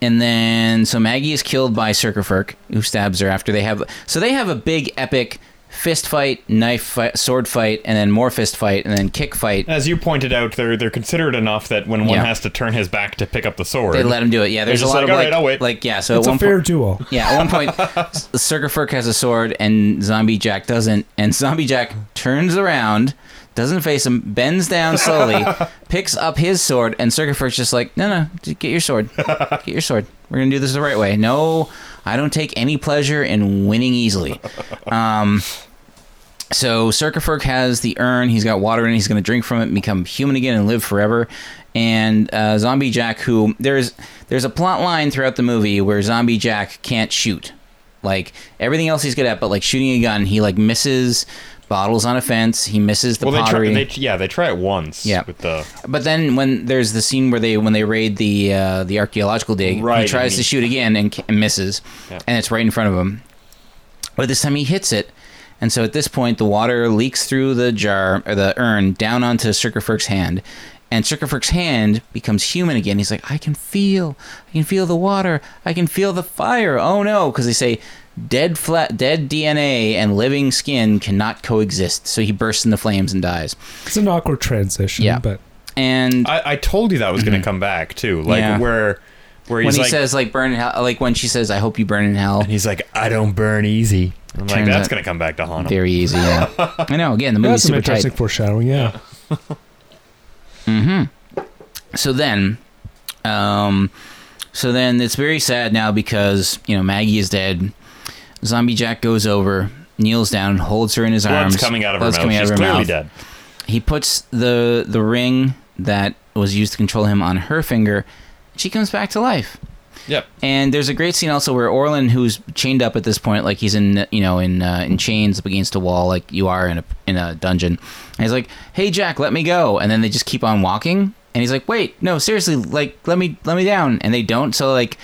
Speaker 1: And then, so Maggie is killed by Circafurk, who stabs her after they have. So they have a big epic fist fight, knife fight, sword fight, and then more fist fight, and then kick fight.
Speaker 2: As you pointed out, they're they're considerate enough that when one
Speaker 1: Yeah.
Speaker 2: has to turn his back to pick up the sword,
Speaker 1: They let him do it. Yeah, there's a
Speaker 2: just
Speaker 1: lot
Speaker 2: like,
Speaker 1: of
Speaker 2: "All right,
Speaker 1: like,
Speaker 2: I'll wait."
Speaker 1: like yeah. So
Speaker 3: It's
Speaker 1: at
Speaker 3: a
Speaker 1: one
Speaker 3: fair
Speaker 1: point,
Speaker 3: duo.
Speaker 1: yeah, at one point, Circafurk has a sword and Zombie Jack doesn't, and Zombie Jack turns around, doesn't face him, bends down slowly, picks up his sword, and Circafurk's just like, no, no, j- get your sword, get your sword. We're gonna do this the right way. No, I don't take any pleasure in winning easily. Um, so Circafurk has the urn. He's got water in it. He's going to drink from it, and become human again, and live forever. And uh, Zombie Jack, who there's there's a plot line throughout the movie where Zombie Jack can't shoot. Like everything else he's good at, but like shooting a gun, he like misses bottles on a fence. He misses the
Speaker 2: well, they
Speaker 1: pottery.
Speaker 2: try, they, yeah, they try it once.
Speaker 1: Yeah.
Speaker 2: with the
Speaker 1: But then when there's the scene where they when they raid the uh, the archaeological dig,
Speaker 2: Right,
Speaker 1: he tries
Speaker 2: and
Speaker 1: to
Speaker 2: he-
Speaker 1: shoot again and, ca- and misses, and it's right in front of him. But this time he hits it, and so at this point the water leaks through the jar or the urn down onto Circafurk's hand, and Circafurk's hand becomes human again. He's like, I can feel, I can feel the water, I can feel the fire. Oh no, because they say. Dead flat, dead DNA and living skin cannot coexist. So he bursts into flames and dies.
Speaker 3: It's an awkward transition,
Speaker 1: Yeah.
Speaker 3: but
Speaker 1: And
Speaker 2: I, I told you that was going to come back too, like
Speaker 1: Mm-hmm. Yeah.
Speaker 2: where where
Speaker 1: when
Speaker 2: he's
Speaker 1: he
Speaker 2: like
Speaker 1: says like burn in hell, like when she says, "I hope you burn in hell."
Speaker 2: and he's like I don't burn easy. I'm like
Speaker 1: Turns
Speaker 2: that's
Speaker 1: out-
Speaker 2: going to come back to haunt him.
Speaker 1: Very easy. Yeah, I know. Again, the movie's
Speaker 3: that's some
Speaker 1: super
Speaker 3: interesting
Speaker 1: tight.
Speaker 3: foreshadowing. Yeah,
Speaker 1: So then, um, so then it's very sad now because you know Maggie is dead. Zombie Jack goes over, kneels down, holds her in his
Speaker 2: Blood's
Speaker 1: arms.
Speaker 2: coming out of her
Speaker 1: Blood's
Speaker 2: mouth.
Speaker 1: coming out
Speaker 2: She's
Speaker 1: of her
Speaker 2: clearly
Speaker 1: mouth.
Speaker 2: dead.
Speaker 1: He puts the the ring that was used to control him on her finger. She comes back to life.
Speaker 2: Yep.
Speaker 1: And there's a great scene also where Orlin, who's chained up at this point, like he's in you know in uh, in chains up against a wall, like you are in a in a dungeon. And he's like, "Hey Jack, let me go." And then they just keep on walking. And he's like, "Wait, no, seriously, like let me let me down." And they don't. So like,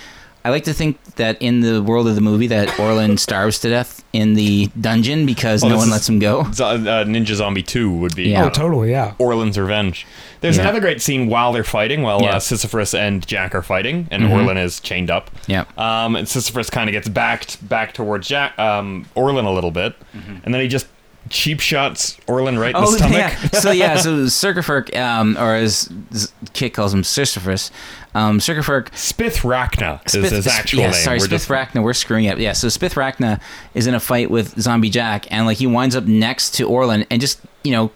Speaker 1: I like to think that in the world of the movie, that Orlin starves to death in the dungeon because
Speaker 2: Well,
Speaker 1: no
Speaker 2: Oh,
Speaker 1: one
Speaker 2: this is-
Speaker 1: lets him go.
Speaker 2: Zo- uh, Ninja Zombie Two would be
Speaker 1: Yeah.
Speaker 2: yeah.
Speaker 1: Oh,
Speaker 3: oh, totally. Yeah,
Speaker 2: Orlin's Revenge. There's
Speaker 1: Yeah.
Speaker 2: another great scene while they're fighting, while
Speaker 1: Yeah. Mm-hmm.
Speaker 2: uh, Sisyphus and Jack are fighting, and Orlin is chained up.
Speaker 1: Yeah.
Speaker 2: Um, and Sisyphus kind of gets backed back towards Jack um, Orlin a little bit,
Speaker 1: Mm-hmm.
Speaker 2: and then he just cheap shots Orlin right in the stomach.
Speaker 1: Oh, Yeah. So yeah, so Circafurk, um, or as Z- Kit calls him, Sisyphus, um, Circafurk
Speaker 2: Spithrachna is his actual
Speaker 1: yeah,
Speaker 2: name.
Speaker 1: Sorry,
Speaker 2: We're just-
Speaker 1: Spithrachna. We're screwing up. Yeah, so Spithrachna is in a fight with Zombie Jack, and like he winds up next to Orlin, and just you know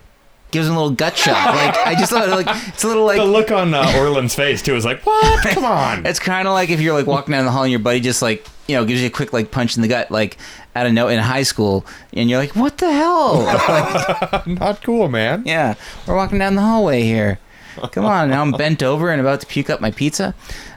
Speaker 1: gives him a little gut shot. Like I just thought, like it's a little
Speaker 2: the
Speaker 1: like
Speaker 2: look on uh, Orlin's face too is like, what? Come on.
Speaker 1: it's kind of like if you're like walking down the hall and your buddy just like you know gives you a quick like punch in the gut, like out of no in high school, and you're like, what the hell? Like,
Speaker 2: Not cool, man.
Speaker 1: yeah, we're walking down the hallway here. Come on, now I'm bent over and about to puke up my pizza.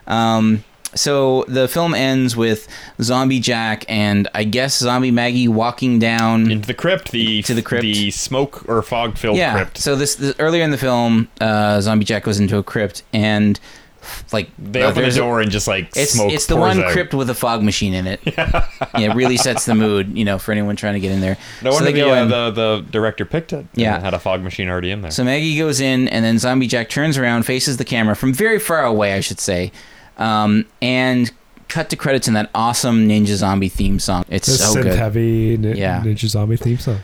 Speaker 1: Um, so the film ends with Zombie Jack and I guess Zombie Maggie walking down.
Speaker 2: Into the crypt, the
Speaker 1: To the crypt.
Speaker 2: the smoke or fog filled
Speaker 1: yeah.
Speaker 2: crypt.
Speaker 1: So this, this earlier in the film, uh, Zombie Jack goes into a crypt and like
Speaker 2: they
Speaker 1: uh,
Speaker 2: open the
Speaker 1: there's a-
Speaker 2: door and just like
Speaker 1: It's
Speaker 2: smoke.
Speaker 1: it's the
Speaker 2: pours
Speaker 1: one
Speaker 2: out.
Speaker 1: crypt with a fog machine in it. Yeah. it really sets the mood, you know, for anyone trying to get in there.
Speaker 2: No
Speaker 1: So
Speaker 2: wonder
Speaker 1: they
Speaker 2: the,
Speaker 1: go
Speaker 2: uh,
Speaker 1: in.
Speaker 2: the the director picked it.
Speaker 1: Yeah.
Speaker 2: and had a fog machine already in there.
Speaker 1: So Maggie goes in, and then Zombie Jack turns around, faces the camera from very far away, I should say, um, and cut to credits in that awesome Ninja Zombie theme song. It's
Speaker 3: this
Speaker 1: so
Speaker 3: synth
Speaker 1: good.
Speaker 3: heavy nin-
Speaker 1: Yeah.
Speaker 3: Ninja Zombie theme song.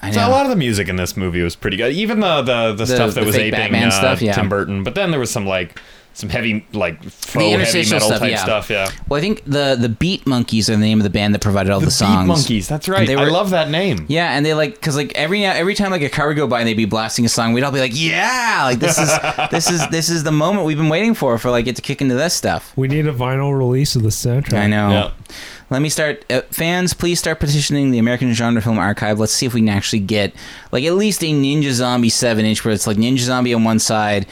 Speaker 1: I
Speaker 2: So
Speaker 1: know.
Speaker 2: a lot of the music in this movie was pretty good. Even the the, the, stuff that
Speaker 1: the
Speaker 2: was
Speaker 1: fake
Speaker 2: aping
Speaker 1: Batman
Speaker 2: uh,
Speaker 1: stuff, yeah.
Speaker 2: Tim Burton, but then there was some like some heavy like faux
Speaker 1: The
Speaker 2: heavy
Speaker 1: interstitial
Speaker 2: metal
Speaker 1: stuff,
Speaker 2: type
Speaker 1: yeah.
Speaker 2: stuff. Yeah,
Speaker 1: well, I think the the Beat Monkeys are the name of the band that provided all the, songs.
Speaker 2: Beat Monkeys. That's right.
Speaker 1: And they
Speaker 2: I
Speaker 1: were-
Speaker 2: love that name.
Speaker 1: Yeah, and they like because like every now every time like a car would go by and they'd be blasting a song, we'd all be like, "Yeah, like this is this is this is the moment we've been waiting for for like it to kick into this stuff."
Speaker 3: We need a vinyl release of the soundtrack.
Speaker 1: I know.
Speaker 2: Yeah.
Speaker 1: Let me start. Uh, fans, please start petitioning the American Genre Film Archive. Let's see if we can actually get like at least a Ninja Zombie seven inch, where it's like Ninja Zombie on one side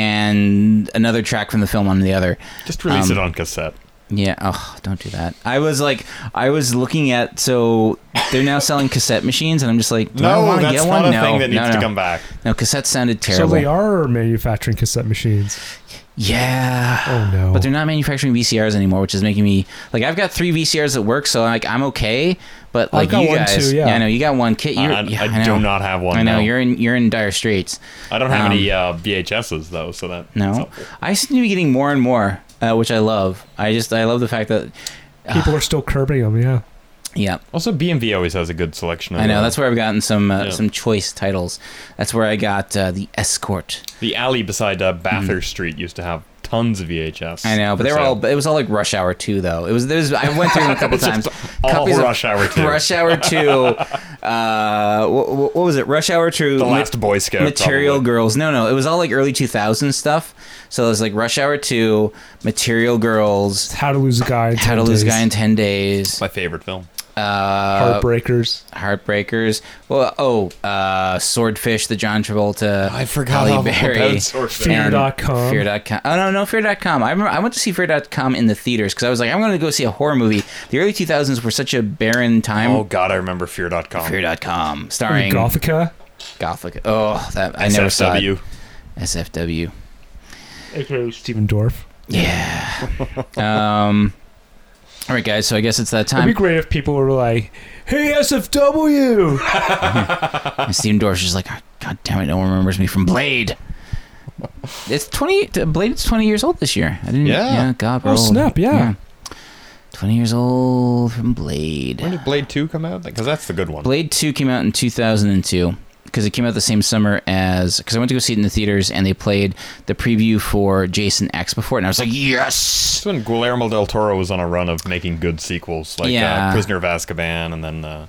Speaker 1: and another track from the film on the other.
Speaker 2: Just release
Speaker 1: Um,
Speaker 2: it on cassette.
Speaker 1: Yeah. Oh, don't do that. I was like, I was looking at so they're now selling cassette machines, and I'm just like, do I
Speaker 2: No,
Speaker 1: want to
Speaker 2: that's
Speaker 1: get
Speaker 2: not
Speaker 1: one?
Speaker 2: a
Speaker 1: no,
Speaker 2: thing that needs
Speaker 1: no, no.
Speaker 2: to come back.
Speaker 1: No, cassettes sounded
Speaker 3: So
Speaker 1: terrible.
Speaker 3: they are manufacturing cassette machines.
Speaker 1: Yeah.
Speaker 3: Oh, no.
Speaker 1: But they're not manufacturing VCRs anymore, which is making me like I've got three VCRs at work, so like I'm okay. But like
Speaker 3: got
Speaker 1: you
Speaker 3: one,
Speaker 1: guys,
Speaker 3: too, yeah.
Speaker 1: I know you got one. Kit, you're,
Speaker 2: I,
Speaker 1: yeah,
Speaker 2: I
Speaker 1: know.
Speaker 2: do not have one.
Speaker 1: I know
Speaker 2: no.
Speaker 1: you're in you're in dire straits.
Speaker 2: I don't have
Speaker 1: um,
Speaker 2: any uh, VHSs though, so that that's
Speaker 1: No,
Speaker 2: helpful.
Speaker 1: I seem to be getting more and more, uh, which I love. I just I love the fact that
Speaker 3: People are still curbing them. Yeah.
Speaker 1: Yeah.
Speaker 2: Also, BMV always has a good selection. Of
Speaker 1: I know
Speaker 2: uh,
Speaker 1: that's where I've gotten some uh,
Speaker 2: Yeah.
Speaker 1: some choice titles. That's where I got uh, the escort.
Speaker 2: the alley beside uh, Bathurst Street used to have tons of VHS.
Speaker 1: I know, but they
Speaker 2: for
Speaker 1: were
Speaker 2: sale.
Speaker 1: all. It was all like Rush Hour Two, though. It was. There was. I went through them a couple times.
Speaker 2: all
Speaker 1: Copies of
Speaker 2: Rush Hour 2.
Speaker 1: Rush Hour Two. Uh, what, what was it? Rush Hour Two.
Speaker 2: The Last Boy Scout,
Speaker 1: Material
Speaker 2: probably.
Speaker 1: Girls. No, no. It was all like early 2000s stuff. So it was like Rush Hour Two, Material Girls,
Speaker 3: How to lose a guy. in
Speaker 1: How
Speaker 3: 10
Speaker 1: to Lose a
Speaker 3: Days,
Speaker 1: Guy in Ten Days,
Speaker 2: my favorite film.
Speaker 1: uh,
Speaker 3: Heartbreakers.
Speaker 1: Heartbreakers. Well, oh, uh, Swordfish, the John Travolta.
Speaker 2: I forgot
Speaker 1: Halle
Speaker 2: all
Speaker 1: Berry.
Speaker 2: about Swordfish.
Speaker 1: and
Speaker 3: Fear.com.
Speaker 1: Fear.com. Oh no, no Fear.com. I remember I went to see Fear.com in the theaters because I was like, I'm going to go see a horror movie. The early 2000s were such a barren time.
Speaker 2: Oh God, I remember Fear.com.
Speaker 1: Fear.com, starring Gothic.
Speaker 3: Gothica.
Speaker 1: Oh, that I never saw it.
Speaker 2: SFW.
Speaker 1: SFW.
Speaker 3: AKA Steven Dorff.
Speaker 1: Yeah. um. All right, guys. So I guess it's that
Speaker 3: It'd
Speaker 1: time.
Speaker 3: be great if people were like, "Hey SFW."
Speaker 1: And Steven Dorff's just like, "Ah, God damn it, no one remembers me from Blade. It's twenty. Blade's twenty years old this year. I didn't.
Speaker 2: Yeah.
Speaker 1: God, we're
Speaker 3: Oh,
Speaker 1: old.
Speaker 3: snap, yeah.
Speaker 1: Twenty years old from Blade.
Speaker 2: When did Blade Two come out? Because that's the good one.
Speaker 1: Blade 2 came out in 2002 because it came out the same summer as because I went to go see it in the theaters and they played the preview for Jason X before it, and I was like, yes.
Speaker 2: That's when Guillermo del Toro was on a run of making good sequels, like
Speaker 1: Yeah.
Speaker 2: uh, Prisoner of Azkaban, and then. Uh,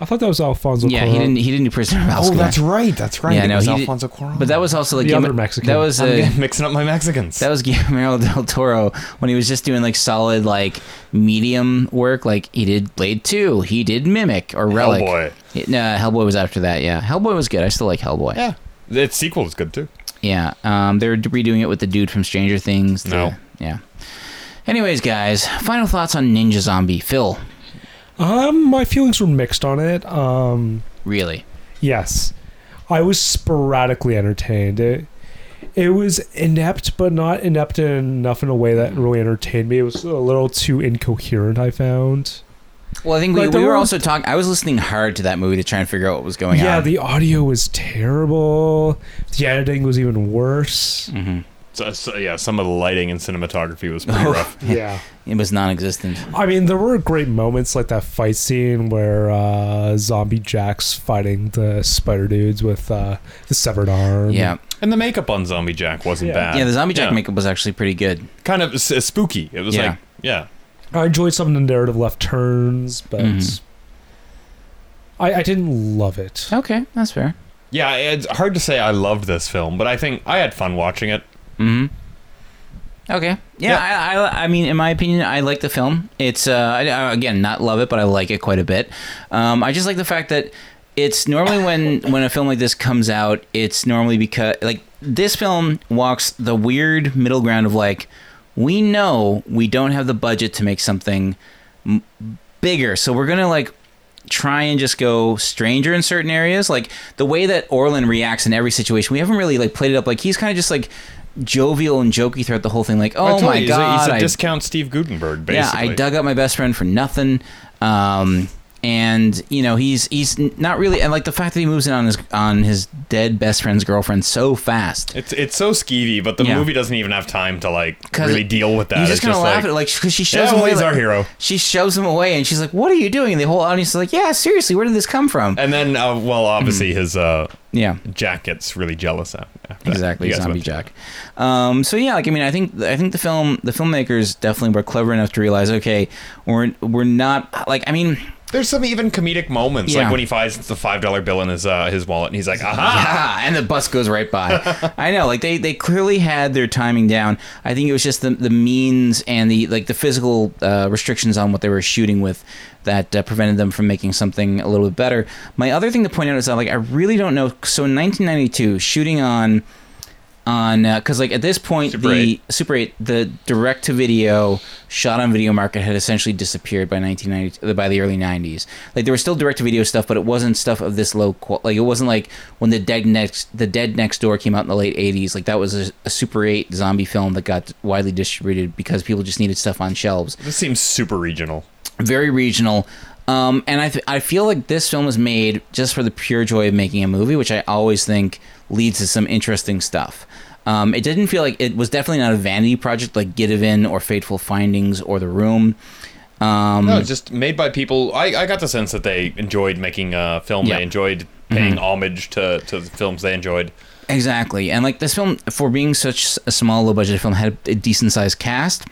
Speaker 3: I thought that was Alfonso.
Speaker 1: Yeah, he
Speaker 3: Cuarón.
Speaker 1: didn't. He didn't do Prisoner of Azkaban.
Speaker 2: right. That's
Speaker 1: Yeah, no, he did-
Speaker 2: Cuarón.
Speaker 1: But that was also like
Speaker 3: The
Speaker 1: Guillermo-
Speaker 3: other Mexican.
Speaker 1: That was
Speaker 2: I'm
Speaker 1: uh,
Speaker 2: getting- mixing up my Mexicans.
Speaker 1: that was Guillermo del Toro when he was just doing like solid like medium work. Like he did Blade Two, he did Mimic
Speaker 2: Oh,
Speaker 1: or Relic.
Speaker 2: Hellboy.
Speaker 1: It- Nah, Hellboy was after that. Yeah, Hellboy was good. I still like Hellboy.
Speaker 2: yeah, its sequel is good too.
Speaker 1: Yeah, um, they're redoing it with the dude from Stranger Things. the-
Speaker 2: No.
Speaker 1: Yeah. Anyways, guys, final thoughts on Ninja Zombie. Phil,
Speaker 3: Um, my feelings were mixed on it. Um,
Speaker 1: really?
Speaker 3: yes, I was sporadically entertained. It, it was inept, but not inept enough in a way that really entertained me. It was a little too incoherent. I found.
Speaker 1: Well, I think we,
Speaker 3: Like, there
Speaker 1: we were
Speaker 3: were-
Speaker 1: also talking. I was listening hard to that movie to try and figure out what was going
Speaker 3: yeah,
Speaker 1: on.
Speaker 3: the audio was terrible. The editing was even worse.
Speaker 1: Mm-hmm.
Speaker 2: So, so, yeah, some of the lighting and cinematography was
Speaker 1: Oh.
Speaker 2: pretty rough.
Speaker 3: Yeah.
Speaker 1: it was non-existent.
Speaker 3: I mean, there were great moments like that fight scene where uh, Zombie Jack's fighting the spider dudes with uh, the severed arm.
Speaker 1: Yeah,
Speaker 2: And the makeup on Zombie Jack wasn't
Speaker 3: Yeah.
Speaker 2: bad.
Speaker 1: yeah. The Zombie Jack
Speaker 2: Yeah.
Speaker 1: makeup was actually pretty good.
Speaker 2: kind of s- spooky. It was
Speaker 1: Yeah.
Speaker 2: like yeah,
Speaker 3: I enjoyed some of the narrative left turns, but
Speaker 1: Mhm.
Speaker 3: I, I didn't love it.
Speaker 1: Okay, that's fair.
Speaker 2: yeah. It's hard to say I loved this film, but I think I had fun watching it.
Speaker 1: hmm Okay. Mm-hmm. Yeah, I, I, I mean, in my opinion, I like the film. It's uh, I, I- again not love it, but I like it quite a bit. Um, I just like the fact that it's normally when when a film like this comes out, it's normally because like this film walks the weird middle ground of like we know we don't have the budget to make something m- bigger, so we're gonna like try and just go stranger in certain areas. Like the way that Orlin reacts in every situation, we haven't really like played it up. Like he's kind of just like jovial and jokey throughout the whole thing. Like,
Speaker 2: I
Speaker 1: oh
Speaker 2: told
Speaker 1: my
Speaker 2: you, he's a-
Speaker 1: god,
Speaker 2: he's a,
Speaker 1: I-
Speaker 2: discount Steve Gutenberg.
Speaker 1: yeah,
Speaker 2: Basically.
Speaker 1: I dug up my best friend for nothing. Um, and you know he's he's n- not really and like the fact that he moves in on his on his dead best friend's girlfriend so fast.
Speaker 2: It's it's so skeevy, but the
Speaker 1: Yeah.
Speaker 2: movie doesn't even have time to like
Speaker 1: 'Cause
Speaker 2: really
Speaker 1: it-
Speaker 2: deal with that.
Speaker 1: You
Speaker 2: it's
Speaker 1: just kind of laugh
Speaker 2: like,
Speaker 1: at it, like because she shows
Speaker 2: yeah,
Speaker 1: him
Speaker 2: well,
Speaker 1: away,
Speaker 2: he's
Speaker 1: like-
Speaker 2: our hero.
Speaker 1: She shows him away, and she's like, "What are you doing?" And the whole audience is like, "Yeah, seriously, where did this come from?"
Speaker 2: And then, uh, well, obviously
Speaker 1: Mm-hmm.
Speaker 2: his uh,
Speaker 1: Yeah,
Speaker 2: Jack gets really jealous af- after that.
Speaker 1: exactly
Speaker 2: You guys
Speaker 1: zombie
Speaker 2: went through
Speaker 1: jack um, so yeah like i mean i think i think the film the filmmakers definitely were clever enough to realize okay we're we're not like i mean
Speaker 2: that. There's some even comedic moments,
Speaker 1: Yeah.
Speaker 2: like when he finds the five dollar bill in his uh, his wallet, and he's like, "Aha!"
Speaker 1: ah, and the bus goes right by. I know, like they, they clearly had their timing down. I think it was just the, the means and the like the physical uh, restrictions on what they were shooting with that uh, prevented them from making something a little bit better. My other thing to point out is that like I really don't know. So in 1992, shooting on on because like at this point
Speaker 2: Super
Speaker 1: the
Speaker 2: 8.
Speaker 1: Super 8 the direct to video shot on video market had essentially disappeared by 1990 by the early 90s like there was still direct to video stuff but it wasn't stuff of this low qual like it wasn't like when the dead next the dead next door came out in the late 80s like that was a, a Super 8 zombie film that got widely distributed because people just needed stuff on shelves
Speaker 2: This seems super regional.
Speaker 1: very regional. Um, and I, th- I feel like this film was made just for the pure joy of making a movie, which I always think leads to some interesting stuff. Um, it didn't feel like it was definitely not a vanity project like Get It In or Fateful Findings or The Room. Um,
Speaker 2: No, it's just made by people. I, I got the sense that they enjoyed making a film.
Speaker 1: Yeah. Mm-hmm.
Speaker 2: They enjoyed paying homage to, to the films they enjoyed.
Speaker 1: Exactly, and like this film, for being such a small, low budget film, had a decent sized cast.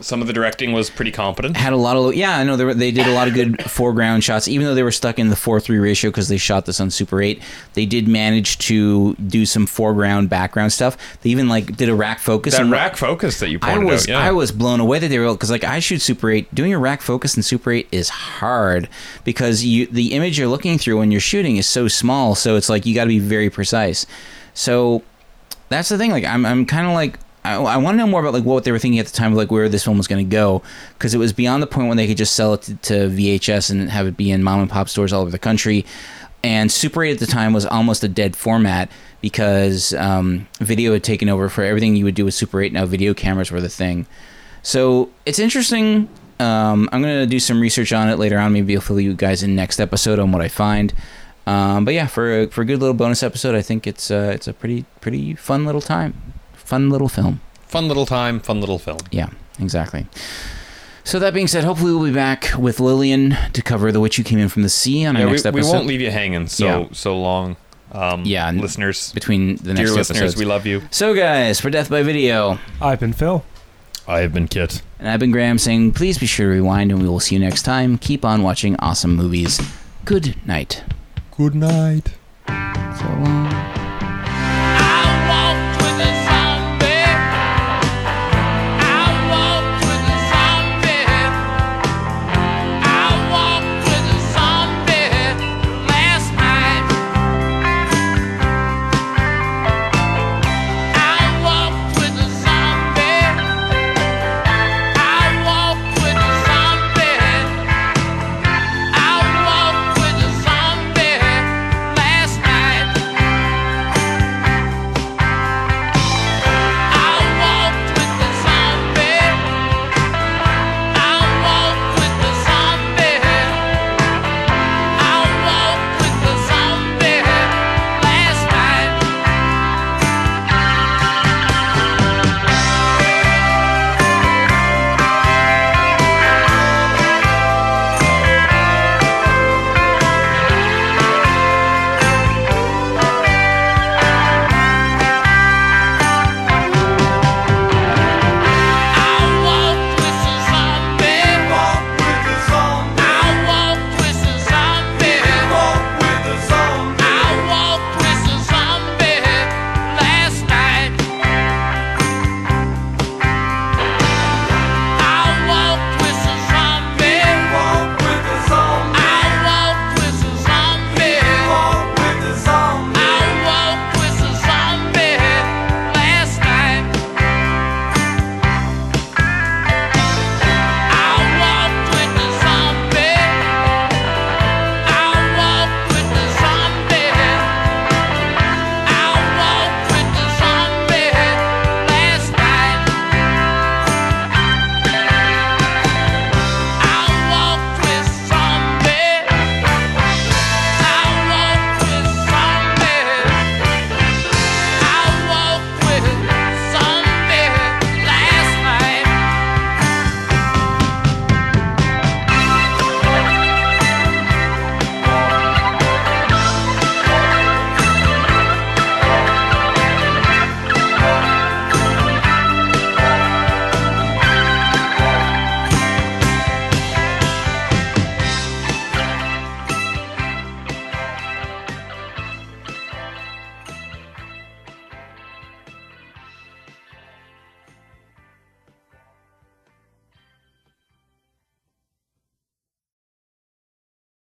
Speaker 2: Some of the directing was pretty competent.
Speaker 1: Had a lot of yeah, I know they, were, they did a lot of good foreground shots, even though they were stuck in the four three ratio because they shot this on Super Eight. They did manage to do some foreground background stuff. They even like did a rack focus.
Speaker 2: That
Speaker 1: and-
Speaker 2: rack focus that you
Speaker 1: I
Speaker 2: pointed
Speaker 1: was
Speaker 2: out. Yeah.
Speaker 1: I was blown away that they were because like I shoot Super Eight. Doing a rack focus in Super Eight is hard because you the image you're looking through when you're shooting is so small. So it's like you got to be very precise. So that's the thing. Like I'm I'm kind of like. I, I want to know more about like what they were thinking at the time of like where this film was going to go because it was beyond the point when they could just sell it to, to VHS and have it be in mom and pop stores all over the country. And Super 8 at the time was almost a dead format because um, video had taken over for everything you would do with Super 8. Now video cameras were the thing. So it's interesting. Um, I'm going to do some research on it later on. Maybe I'll fill you guys in next episode on what I find. Um, but yeah, for a, for a good little bonus episode, I think it's uh, it's a pretty pretty fun little time, fun little film.
Speaker 2: Fun little time, fun little film.
Speaker 1: Yeah, exactly. So that being said, hopefully we'll be back with Lillian to cover the witch who came in from the sea on our
Speaker 2: Yeah, we,
Speaker 1: next
Speaker 2: we
Speaker 1: episode.
Speaker 2: won't leave you hanging so
Speaker 1: Yeah.
Speaker 2: so long. Um,
Speaker 1: Yeah, and-
Speaker 2: listeners,
Speaker 1: between the
Speaker 2: dear
Speaker 1: next
Speaker 2: listeners,
Speaker 1: episodes.
Speaker 2: we love you.
Speaker 1: so guys, for Death by Video,
Speaker 3: I've been Phil.
Speaker 2: I have been Kit.
Speaker 1: and I've been Graham saying, please be sure to rewind, and we will see you next time. Keep on watching awesome movies. Good night.
Speaker 2: Good night.
Speaker 1: So long.